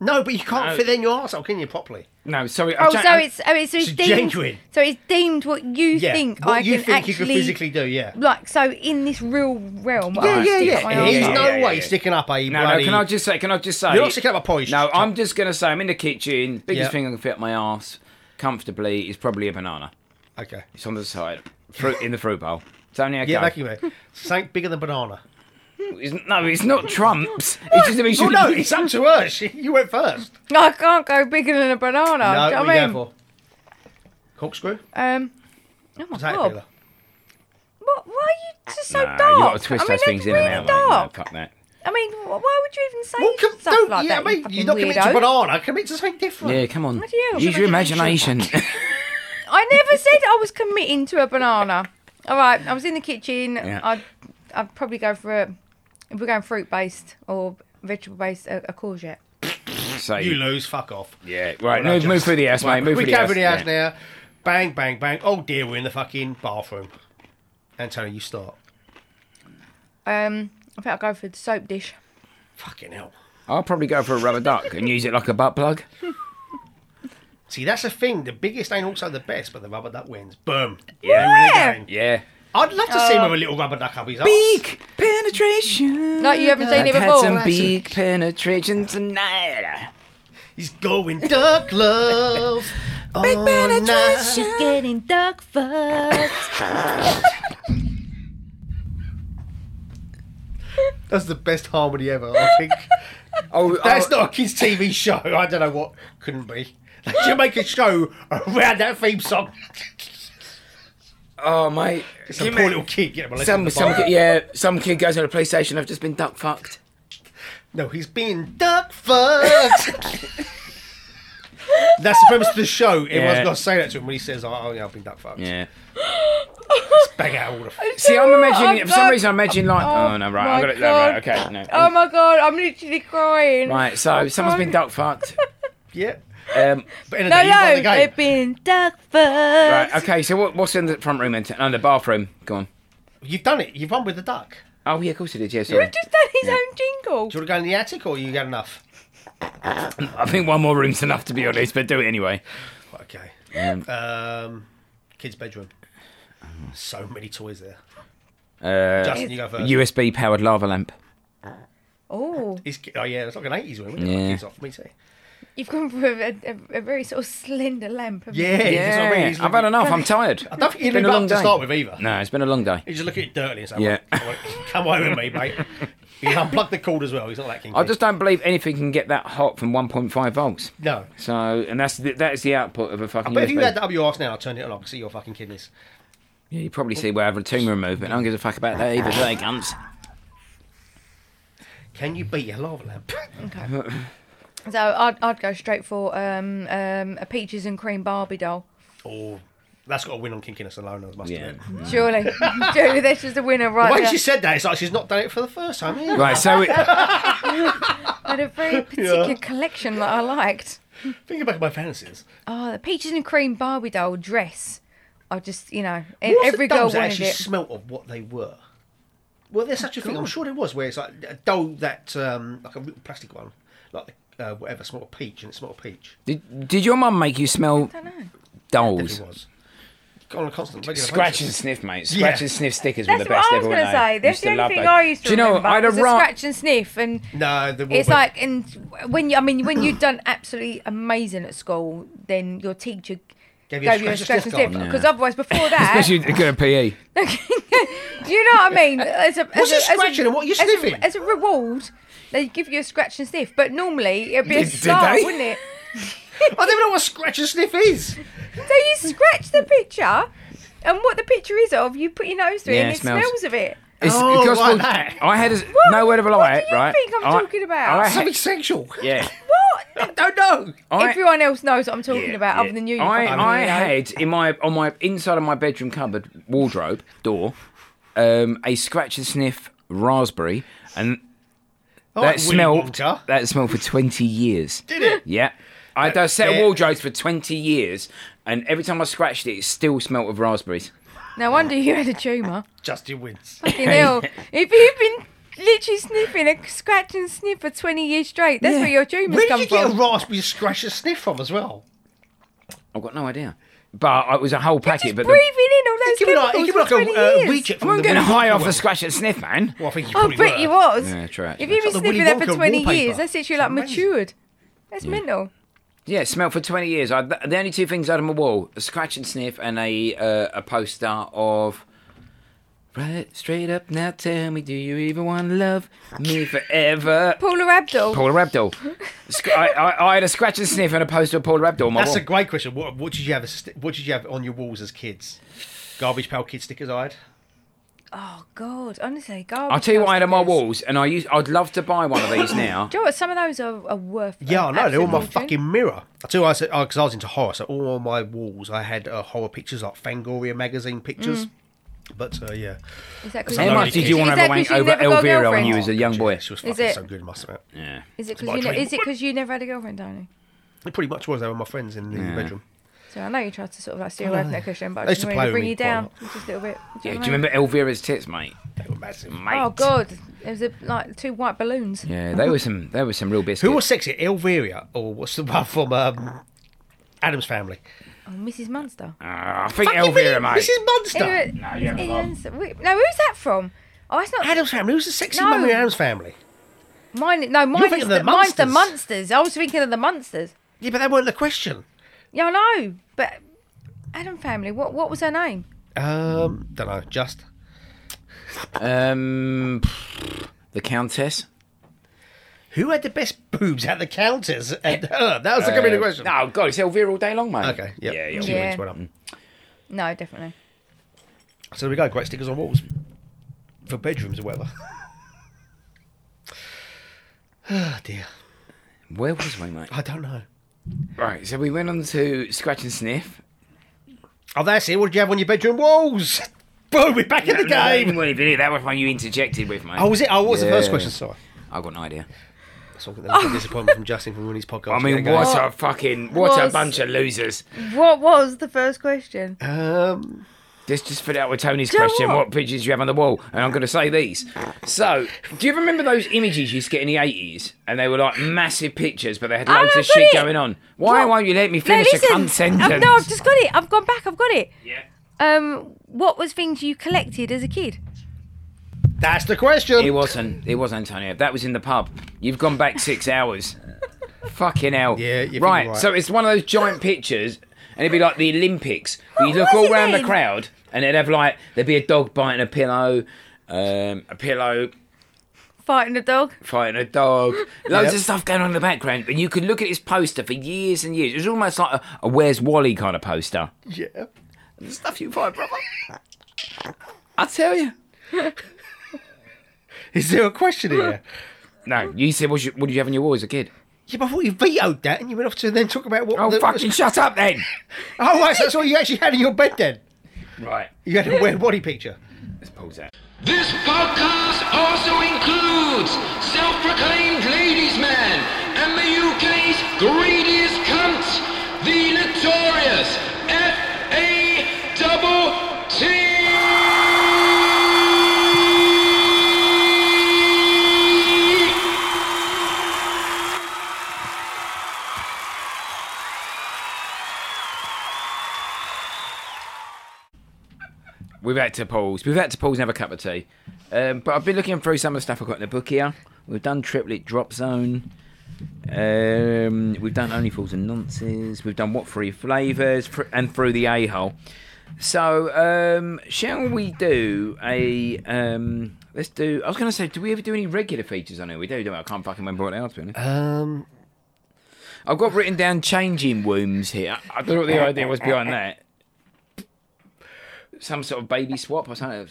No, but you can't No. fit in your arsehole, can you, properly? no, sorry. Oh, I'm so trying- it's oh, it's, so it's It's deemed. genuine. So it's deemed what you Yeah. think what I you can think actually you could physically do, yeah. like. So in this real realm, what I stick up my Yeah, arse yeah, He's yeah, up. no yeah, way yeah. sticking up a No, no, bloody... can I just say, can I just say? You're not sticking up a porridge No, chop. I'm just going to say, I'm in the kitchen. Biggest Yeah. thing I can fit up my arse comfortably is probably a banana. Okay. It's on the side, fruit in the fruit bowl. It's only a Yeah, go. back you Something bigger than banana. It's- no, it's not Trump's. it's just to be <laughs> Oh, sure. no, it's up to us. You went first. I can't go bigger than a banana. do you no, know what what are I you mean? going for? Corkscrew? Um. Oh my Potato god! peeler. What? Why are you just so Nah, dark? you got to twist I mean, those things that's in really and out. mate. No, Dark. fuck that. I mean, wh- why would you even say Well, com- stuff don't, like yeah, that? I you mean, fucking you're not commit to weirdo? banana, commit to something different. Yeah, come on. Bloody hell. Use your imagination. <laughs> I never said I was committing to a banana. <laughs> All right, I was in the kitchen. Yeah. I'd, I'd probably go for a, if we're going fruit based or vegetable based, a, a courgette. so, You lose, fuck off. yeah, right. Well, Move, no, move just- through the ass, mate. Move we through the go ass. through the house yeah. now. Bang, bang, bang. Oh dear, we're in the fucking bathroom. Antonio, you start. Um, I think I'll go for the soap dish. Fucking hell. I'll probably go for a rubber duck and use it like a butt plug. See, that's the thing. The biggest ain't also the best, but the rubber duck wins. Boom. Yeah. Oh. Yeah. Yeah. I'd love to see him with a little rubber duck up his ass. Big penetration. Like you haven't seen it I've had before. some big penetration tonight. He's going duck love. Big Oh, She's getting duck fucked. That's the best harmony ever, I <laughs> think. Oh, That's oh, not a kids' TV show. I don't know what couldn't be. They should make a show around that theme song. Oh, mate. Some You poor ma- little kid getting molested. in Some, the some bar. kid, yeah, some kid goes on a PlayStation. I've just been duck fucked. No, he's being duck <laughs> fucked. That's the premise of the show. Everyone's Yeah. got to say that to him when he says, "Oh, oh, yeah, I've been duck fucked." Yeah. Bang out all the. F- See, I'm imagining I'm for some duck- reason. I'm imagining like. Oh, Oh, no, right. my I got it. No, right. God. Okay. No. Oh my god, I'm literally <laughs> crying. right. So someone's been duck fucked. yeah. <laughs> Um, But in a No, day, you won no, the game. they've been duck fucked. right. Okay. So what, what's in the front room? And no, the bathroom. Go on. You've done it. You've won with the duck. Oh yeah, of course it is. Yeah. Sorry. We've just done his Yeah. own jingle. Do you want to go in the attic, or you got enough? I think one more room's enough to be honest, but do it anyway. Okay. Um, Um, kids' bedroom. So many toys there. uh, Justin, you go first. USB powered lava lamp. Oh, He's, oh yeah, it's like an eighties one. wasn't it? Yeah. Kids off me too. you've gone for a, a, a very sort of slender lamp. haven't you? Yeah, that's what I mean. Yeah. He's I've had looking- enough. I'm tired. I don't think you Been knew a that long to day. start with either. No, it's been a long day. You just look at it dirty and say, Yeah. "Well, <laughs> come over with me, mate." He unplugged the cord as well. He's not that kinky. I just don't believe anything can get that hot from 1.5 volts. no. So, and that's the, that is the output of a fucking. But if you USB. had that up your arse now, I'll turn it on. I can see your fucking kidneys. Yeah, you probably see where I have a tumour removed, but no one gives a fuck about that either. They cunts. Can you beat a lava lamp? <laughs> Okay. So I'd, I'd go straight for um, um, a peaches and cream Barbie doll. or Oh, that's got a win on kinkiness alone. I must Yeah. admit. Surely, <laughs> surely that's just a winner The right way there. she said that, it's like she's not done it for the first time. Either. Right. So, it, I had a <laughs> very particular collection that I liked. Think about my fantasies. Oh, the peaches and cream Barbie doll dress. I just, you know, e- What was every the girl dolls that wanted actually it. Oh, smelt of what they were. Well, there's such a thing. I'm sure there was where it's like a doll that um, like a little plastic one, like uh, whatever, smelled of peach, and it smelled of peach. <laughs> did, did your mum make you smell I don't know. dolls? Definitely was. On a constant regular Scratch basis. and sniff, mate. Yeah. Scratch and sniff stickers were That's the best. what I was everyone going to knows. say. That's Used the to only love thing those. I used to Do you know? remember. I'd have was a ra- scratch and sniff, and No, the it's like, and when you, I mean, when you've done absolutely amazing at school, then your teacher Gave you a gave you a scratch scratch and and sniff sniff card. because otherwise, <laughs> before that, Especially good at E. PE. Do you know what I mean? As a, as What's you scratching and what you as a- sniffing? As a reward, they give you a scratch and sniff, but normally it'd be a Did- did scar, they? wouldn't it? I Oh, don't even know what scratch and sniff is. So you scratch the picture, and what the picture is of, you put your nose through it Yeah, and it it smells. smells, of it. It's Oh, because like well, <laughs> that. I had a, no word of a lie, do you right? think I'm I- talking about? I had, Something sexual. <laughs> yeah. What? I don't know. I- Everyone else knows what I'm talking about, Yeah. other than you. you I, fucking I weirdo. had in my on my inside of my bedroom cupboard wardrobe door um, a scratch and sniff raspberry, and I that like Willy smelled Wonka. that smelled for twenty years. Did it? Yeah. I had a set of fair. wardrobes for twenty years, and every time I scratched it, it still smelt of raspberries. No wonder you had <laughs> a tumour. Justin wins. Fucking hell. If you've been literally sniffing a scratch and sniff for 20 years straight, that's where your tumour's Where did come you get from. a raspberry scratch and sniff from as well? I've got no idea, but it was a whole packet. Just but breathing the- in all those Give me like, chemicals give for me like 20 a uh, years. widget I'm from not the getting Willy high Wonka off one. the scratch and sniff, man. Well, I think you Oh, probably but were. you was. Yeah, true, actually. If you've been It's like the Willy sniffing that for Wonka 20 wallpaper. years, that's literally like amazing. matured. That's mental. Yeah, it smelled for 20 years. I, th- the only two things out of my wall a scratch and sniff and a uh, a poster of. Right, straight up now tell me, do you even want to love me forever? Paula Abdul. Paula Abdul. Sc- I, I, I had a scratch and sniff and a poster of Paula Abdul on my That's a wall. great question. What, what did you have? as sti- What did you have on your walls as kids? Garbage pail kid stickers. I had. oh, God. Honestly, garbage. I'll tell you what I had on my stickers. walls, and I used, I'd love to buy one of these <laughs> now. Do you know what? Some of those are, are worth Yeah, I an know. They're absolute all my fortune. fucking mirror. I tell you, I said because I was into horror, so all on my walls I had uh, horror pictures like Fangoria magazine Mm. pictures. But uh, yeah, Is that 'cause How you- much did you is want to that have a wank 'cause you over never got a Elvira when girlfriend? you was a young boy? she was Is fucking it- so good, I must admit. Yeah. Is it my because you, ne- dream. is it 'cause you never had a girlfriend, darling? It pretty much was. They were my friends in the bedroom. So I know you tried to sort of like steer away from that cushion, but I They just used to wanted to play bring with you me quite a down lot. just a little bit. Do yeah. you Do know you what remember Elvira's tits, mate? They were massive. I Mate. mean? Oh God, it was a, like two white balloons. Yeah, they were some, they were some real biscuits. Who was sexy? Elvira or what's the one from um, Adam's family. Oh, Mrs. Munster. Ah, I think Fucking Elvira, really- mate. This is Munster. you Anyway, haven't Ian gone. Anderson- wait, No, who's that from? Oh, that's not Adam's family. Who's the sexy No. mum in Adam's family? mine. No, mine thinking is of the, the mine's the Munsters. Munsters. I was thinking of the Munsters. Yeah, but that weren't the question. Yeah, I know. But Adam family. What what was her name? Um, Hmm. don't know. Just Um, the Countess. who had the best boobs at the counters <laughs> and her? That was the community question. No, Uh, oh, God, it's Elvira all day long, mate. Okay. Yep. Yeah, yeah. She Yeah. wins, well done. No, definitely. So there we go. Great stickers on walls for bedrooms or whatever. <sighs> oh dear. Where was we, mate? I don't know. Right, so we went on to Scratch and Sniff. Oh, that's it. What did you have on your bedroom walls? <laughs> Boom! We're back in the game. Well, yeah, that was one you interjected with, mate. Oh, was it? Oh, what was the first Yeah. question? Sorry. I've got no idea. That's all the disappointment from Justin from Winnie's podcast. I mean, There what you a fucking, what a Was- bunch of losers. What was the first question? go. Um, Let's just fill out with Tony's you know question. what? What? pictures do you have on the wall? And I'm going to say these. So, do you remember those images you used to get in the 80s? And they were like massive pictures, but they had Oh, loads I've of got shit it. going on. Why What? won't you let me No, finish a cunt listen. I've- sentence? no, I've just got it. I've gone back. I've got it. Yeah. Um, what was things you collected as a kid? that's the question. It wasn't. It was Antonio. That was in the pub. You've gone back six hours. Fucking hell. Yeah, you think right. you're right. So it's one of those giant pictures, and it'd be like the Olympics. Where you What look was all it round the then? crowd, and they'd have like there'd be a dog biting a pillow, um, a pillow Fighting a dog. fighting a dog, loads Yep. of stuff going on in the background, and you could look at this poster for years and years. It was almost like a, a Where's Wally kind of poster. Yeah. The stuff you find, brother. I tell you. Is there a question in there? No, you said what, you, what did you have on your wall as a kid? Yeah, but I thought you vetoed that and you went off to then talk about what. Oh, the- fucking shut up then. Oh, right, so that's all you actually had in your bed then. Right. You had a weird body picture. Let's pause that. This podcast also includes self-proclaimed ladies' man and the UK's greediest cunt, the notorious F A double T. We've had to pause. We've had to pause and have a cup of tea. Um, but I've been looking through some of the stuff I've got in the book here. We've done Triplet Drop Zone. Um, we've done Only Fools and Nonces. We've done What Three Flavours fr- and Through the A Hole. So, um, shall we do a. Um, let's do. I was going to say, do we ever do any regular features on it? We do, don't we? I can't fucking remember what they are, to be honest. Um, I've got written down changing wombs here. I don't know what the idea was behind that. Some sort of baby swap or something.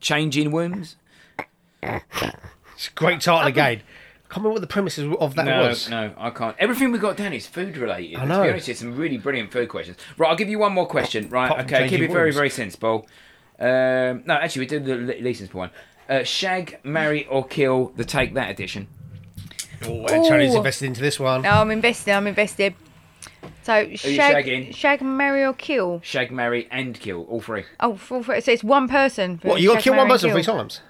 Changing wombs? it's a great title again. Can't remember what the premises of that No, was. no, I can't. Everything we got down is food related. I know. To be honest, there's some really brilliant food questions. Right, I'll give you one more question. Right, Apart from okay, keep changing it very, wombs. very sensible. Um, no, actually, we did the le- least sensible one. Uh, shag, marry, or kill the Take That edition. Oh, and Tony's Ooh. invested into this one. No, I'm invested. I'm invested. So shag, shagging? shag, marry or kill. Shag, marry, and kill. All three. Oh, for, for, so it's one person. For What, you got to shag, kill one marry, person kill. three times?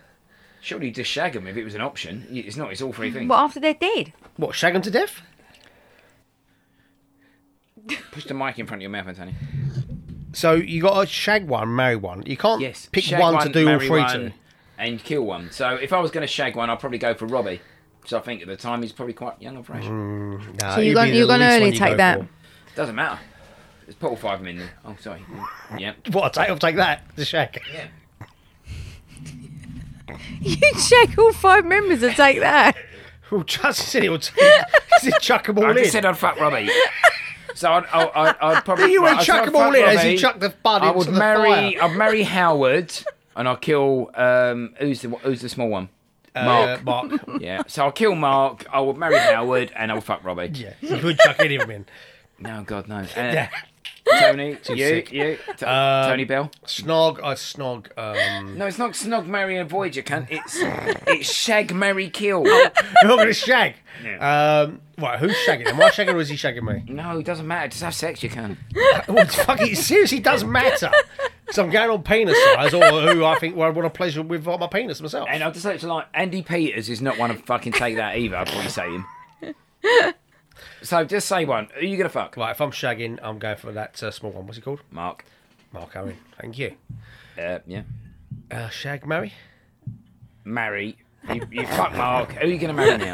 Surely you just shag them if it was an option. It's not, it's all three things. Well, after they're dead. <laughs> What, shag him to death? Push the mic in front of your mouth, Antonio. So you got to shag one, marry one. You can't Yes. pick shag one, to do all marry three one, to. And kill one. So if I was going to shag one, I'd probably go for Robbie. Because I think at the time he's probably quite young and fresh. Mm. Nah, So you it'd gone- be the you gone least one early, you take go that. for. Doesn't matter. Let's put all five of them in there. Oh, sorry. Yeah. What, a title, take that, the shag. <laughs> Yeah. You'd shag all five members and take that. Well, Justin said he'll <laughs> take He said chuck them all I in. just said I'd fuck Robbie. So I'd, I'd, I'd, I'd probably. You ain't I'd chuck sort of 'em all fuck in as you Robbie. chuck the bud I into would the marry. fire. I'd marry Howard, and I'll kill. Um, who's the who's the small one? Uh, Mark. Mark. <laughs> Yeah. So I'll kill Mark. I would marry Howard, and I would fuck Robbie. yeah, you would chuck any of them in. No, God no. Uh, Yeah. Tony, you, sick. you, T- Um, Tony Bell. Snog, I snog. Um, No, it's not snog, marry, and void. You can't. It's it's shag, marry, kill. Uh, you're not going to shag. Um, right, who's shagging? Am I shagging or is he shagging <laughs> me? no, it doesn't matter. Just have sex. You can. Well, it's fuck it, seriously does matter. So I'm going on penis size or who I think well, I want to pleasure with uh, my penis myself. And I'll just like to like Andy Peters is not one of fucking take that either. I'd probably say him. So just say one. Who are you gonna fuck? Right, if I'm shagging, I'm going for that uh, small one. What's it called? Mark. Mark Owen. Thank you. Uh, yeah. Uh, shag, <laughs> marry? Marry. You, you fuck Mark. Who are you gonna marry <laughs> now?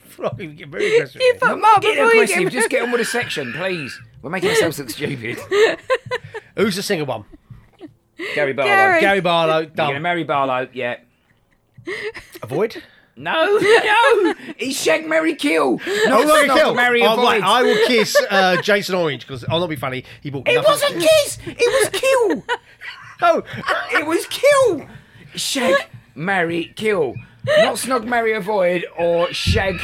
Fuck, you get very aggressive. You fuck Mark Get before you get aggressive. Just get on with the section, please. We're making ourselves look <laughs> stupid. Who's the singer one? Gary Barlow. Gary. <laughs> Gary Barlow. You're gonna Done. marry Barlow? Yeah. Avoid? No, no. He's shag, marry, kill. No, Oh, look, not kill. marry, Oh, avoid. right, I <laughs> will kiss uh, Jason Orange because I'll not be funny. He bought. Oh, It wasn't <laughs> kiss. It was kill. No, It was kill. Shag, marry, kill. Not snog, marry, avoid, or shag,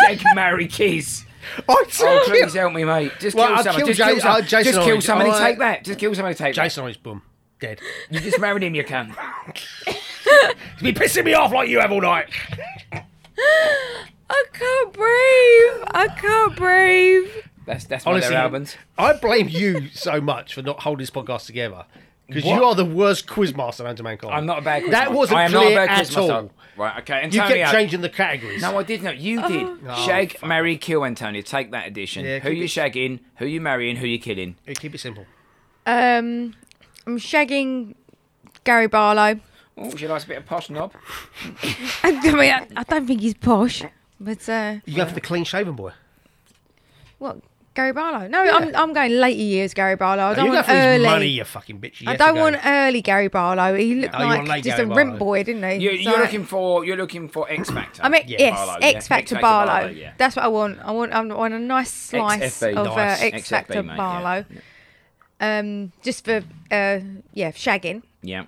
shag, marry, kiss. I Oh, told you. please help me, mate. Just Well, kill I'll someone. kill just Ja- kill someone. uh, Jason just kill Orange. somebody. All right. Take that. Just kill somebody. Take Jason Orange, boom, dead. that. You just married him. You <laughs> can. He's been pissing me off like you have all night. I can't breathe. I can't breathe. That's that's one of their albums. I blame you so much for not holding this podcast together because you are the worst quizmaster known to mankind. I'm not a bad. That Christmas. wasn't I am clear not a bad at Christmas all. Right. Okay. You Antonio. kept changing the categories. No, I did not. You did. Shag, marry, kill, Antonio. Take that edition. Yeah, who keep you it- shagging? Who you marrying? Who you killing? Hey, keep it simple. Um, I'm shagging Gary Barlow. Oh, she likes a bit of posh knob. <laughs> I mean, I, I don't think he's posh, but uh, You go for the clean shaven boy. what? Gary Barlow? No, I'm I'm going later years Gary Barlow. I No, don't you go want for his early. money, you fucking bitch. I Yes, don't you go. want early Gary Barlow. He looked Oh, you want like late just Gary a rimp Barlow. boy, didn't he? You, So- you're looking for you're looking for X Factor. I mean, Yeah, yes, Barlow, yeah. X Factor X-Factor Barlow. Barlow, yeah. That's what I want. I want. I want a nice slice XFB, of nice. uh, X XFB, Factor mate, yeah. Barlow. Um, just for uh, yeah, shagging, yeah.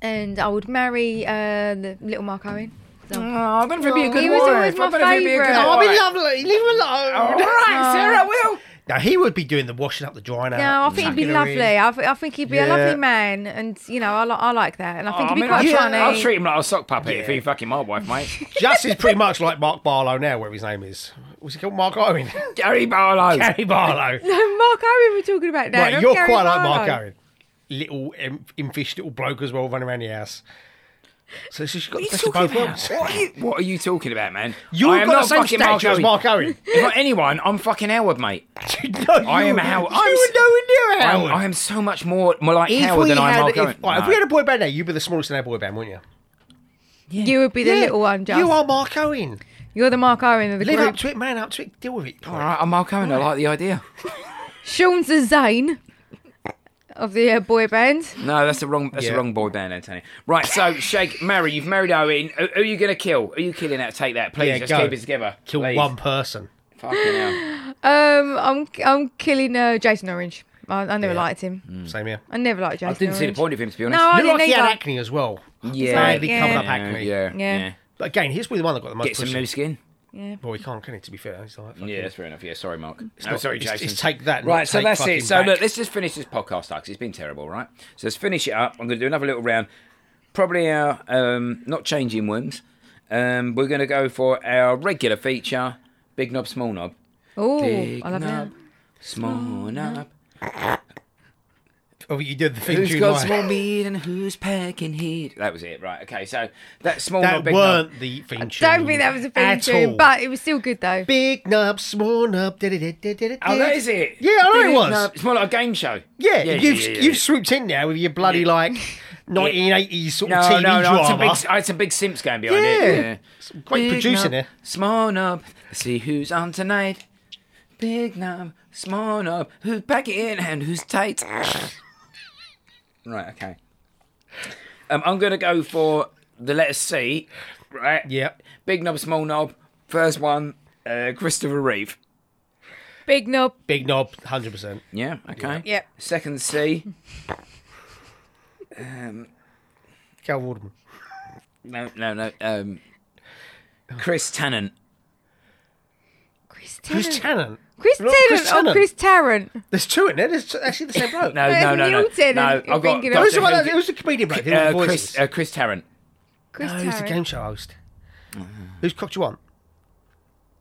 and I would marry uh, the little Mark Owen. Oh, I don't know if it'd be a good He was wife. always my I don't know if it'd be a good favourite. wife. Oh, I'll be lovely. Leave him alone. All right, Sarah, will. Now he would Oh. be doing the washing up, the drying out. No, I think he'd be tucking her lovely. in. I, th- I think he'd be a Uh, Yeah. Oh, lovely man, and you know, I, li- I like that, and I think I he'd be mean, quite I'll, treat, funny. I'll treat him like a sock puppet if Yeah. he fucking my wife, mate. <laughs> Just is pretty much like Mark Barlow now, whatever his name is. Was he called <laughs> Mark Owen? Gary Barlow. Gary Barlow. Mark Owen, we're talking about now. right, not you're Gary quite like Mark Barlow. Owen. Little um, impish little bloke as well, running around the house. So she's got the What are best you of talking both about? worlds. What are you, what are you talking about, man? You've I am got not the same fucking Mark stature as Owen. <laughs> Mark Owen. If not anyone, I'm fucking Howard, mate. no, I you- am Howard. You I'm s- were nowhere near I'm- Howard. I am so much more more like If Howard we than I am had- Mark if- Owen. right, if No. we had a boy band now, you'd be the smallest in our boy band, wouldn't you? You would be the Yeah, little one, Josh. You are Mark Owen. You're the Mark Owen of the Live group. up to it, man up to it, deal with it. All right, I'm Mark Owen. I like the idea. Sean's the Zane of the uh, boy band. No, that's the wrong. That's Yeah. the wrong boy band, Antonio. Right, <laughs> so Shake, marry. You've married Owen. Who, who are you gonna kill? Who are you killing? That take that, please. Yeah, Just go. keep it together. Kill please. one person. Fucking <laughs> hell. Um, I'm I'm killing uh, Jason Orange. I, I never Yeah. Mm. liked him. Mm. Same here. I never liked Jason. I didn't see the Orange. point of him to be honest. No, I Look didn't like he had either. acne as well. yeah, Badly yeah. covered up yeah, acne. yeah, Yeah. yeah. But again, he's probably the one that got the most Get some pushing. new skin. Well, we can't, can he? To be fair, he's like, fucking- Yeah, that's fair enough. Yeah, sorry, Mark. No, not- sorry, it's- Jason. it's take that, not Right, so take that's fucking it. So back. look, let's just finish this podcast, Alex. It's been terrible, right? So let's finish it up. I'm going to do another little round. Probably our um, not changing worms. Um, we're going to go for our regular feature: big knob, small knob. Oh, Big I love knob, that. small knob. Oh, you did the thing Who's you got <laughs> like. small meat and who's packing heat? That was it, right? Okay, so that small knob, That big weren't knob. the thing Don't think that was a theme at tune, all. but it was still good though. Big nub, small nub. da-da-da-da-da-da. Oh, that is it. Yeah, I know it Big was. knob, It's more like a game show. Yeah, you've yeah, yeah. you've swooped in there with your <laughs> bloody like 1980s sort of no, TV no, I had some drama. big, I had some big Simps going behind Yeah. it. Quite Big producing knob, here. Small knob, see who's on tonight. Big knob, small knob, who's back in and who's tight. right, okay. Um, I'm going to go for the letter C, right? Yep. Big knob, small knob. First one, uh, Christopher Reeve. Big knob. Big knob, 100%. Yeah, okay. Yep. Second C. Cal Waterman. No, no, no. Um, Chris Tennant. Chris Who's Tennant. Tennant? Chris Not Chris Tennant or Tennant. Chris Tarrant? There's two in there. There's actually the <laughs> same bloke. No, Uh, no, no, no. Neil Tennant, No, you're I've got thinking of- Doctor Who's the one Who. that, who's the comedian bloke? Who did Uh, the voices? Chris, uh, Chris Tarrant. Chris no, Tarrant. who's the game show host? Who's cocked you on?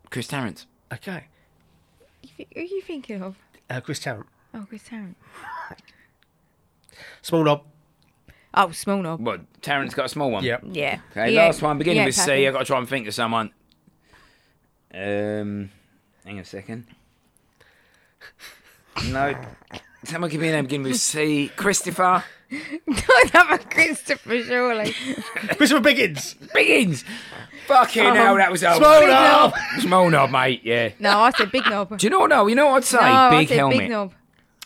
Chris Tarrant. Okay. Who are you thinking of? Uh, Chris Tarrant. Oh, Chris Tarrant. Small knob. Oh, small knob. What? Tarrant's got a small one. Yep. Yeah. Okay, He ain't- <laughs> last one. Beginning he with ain't C. happy. I've got to try and think of someone. Um, Hang on a second. No. Someone give me a name beginning with C. Christopher Don't have a Christopher, surely. Christopher Biggins. Biggins. Fucking hell, that was old. Small knob. <laughs> Small Oh. knob, mate. Yeah. No, I said big knob. Do you know what? No, you know what I'd say. no, I big said helmet. big knob.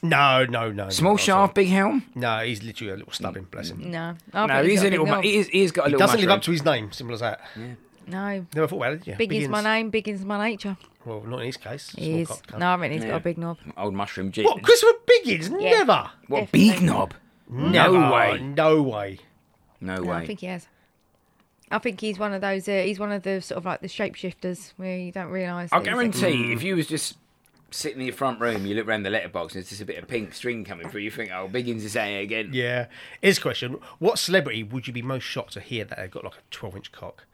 No, no, no. Small no, shaft, big helm. No, he's literally a little snubbing, bless him. No, I No, think he's got a little. big mu- knob. He is, he's got a little. Doesn't live mushroom. Mm. up to his name, simple as that. No, Never thought about it, did you? big is my Biggins. name. Big is my nature. Well, not in his case. Small He is. cock, cunt. No, I mean he's got Yeah. a big knob. Old mushroom. G- What, Christopher Biggins? Yeah. Never. What, Definitely. big knob? Never. No way. Mm. No way. No No, way. I think he has. I think he's one of those. Uh, he's one of the sort of like the shapeshifters where you don't realise. I that he's a- guarantee, Mm. if you was just sitting in your front room, you look round the letterbox, and there's just a bit of pink string coming through. You think, "Oh, Biggins is saying it again." Yeah. His question What celebrity would you be most shocked to hear that they've got like a 12 inch cock?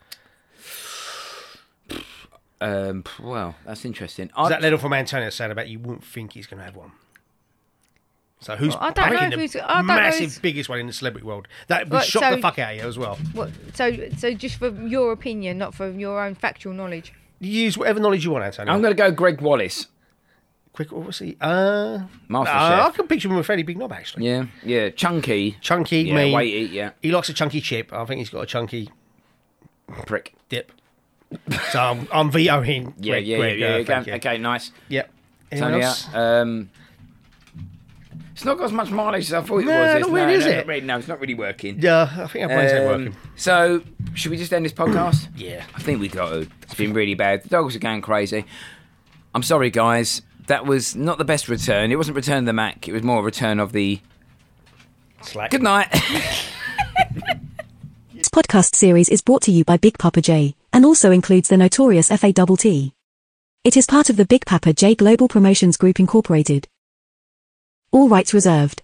Um, p- well, that's interesting. Is I, that little from Antonio saying about you wouldn't think he's going to have one? So who's Well, I don't know packing if the he's- I don't know massive who's- biggest one in the celebrity world? That would Right, shock so- the fuck out of you as well. What, so, so just for your opinion, not for your own factual knowledge. Use whatever knowledge you want, Antonio. I'm going to go Greg Wallace, Quick, what was he? Uh, Master uh, I Chef. can picture him with a fairly big knob actually. Yeah, yeah, chunky, Chunky, yeah, mean. weighty, yeah, He likes a chunky chip. I think he's got a chunky prick. dip. So I'm, I'm vetoing. Yeah, Greg- yeah, Greg, yeah, uh, yeah. thank okay, you. okay, nice. Yep. Anyone Tony else? Uh, out. Um, it's not got as much mileage as I thought it No, was. not It's- really, is no, it? not really, no, it's not really working. Yeah, I think our brains ain't Um, working. so, should we just end this podcast? Yeah. I think we got to. It's been really bad. The dogs are going crazy. I'm sorry, guys. That was not the best return. It wasn't return of the Mac. It was more a return of the. Slack. Good night. <laughs> This podcast series is brought to you by Big Papa J, and also includes the notorious FAWT. It is part of the Big Papa J Global Promotions Group Incorporated. All rights reserved.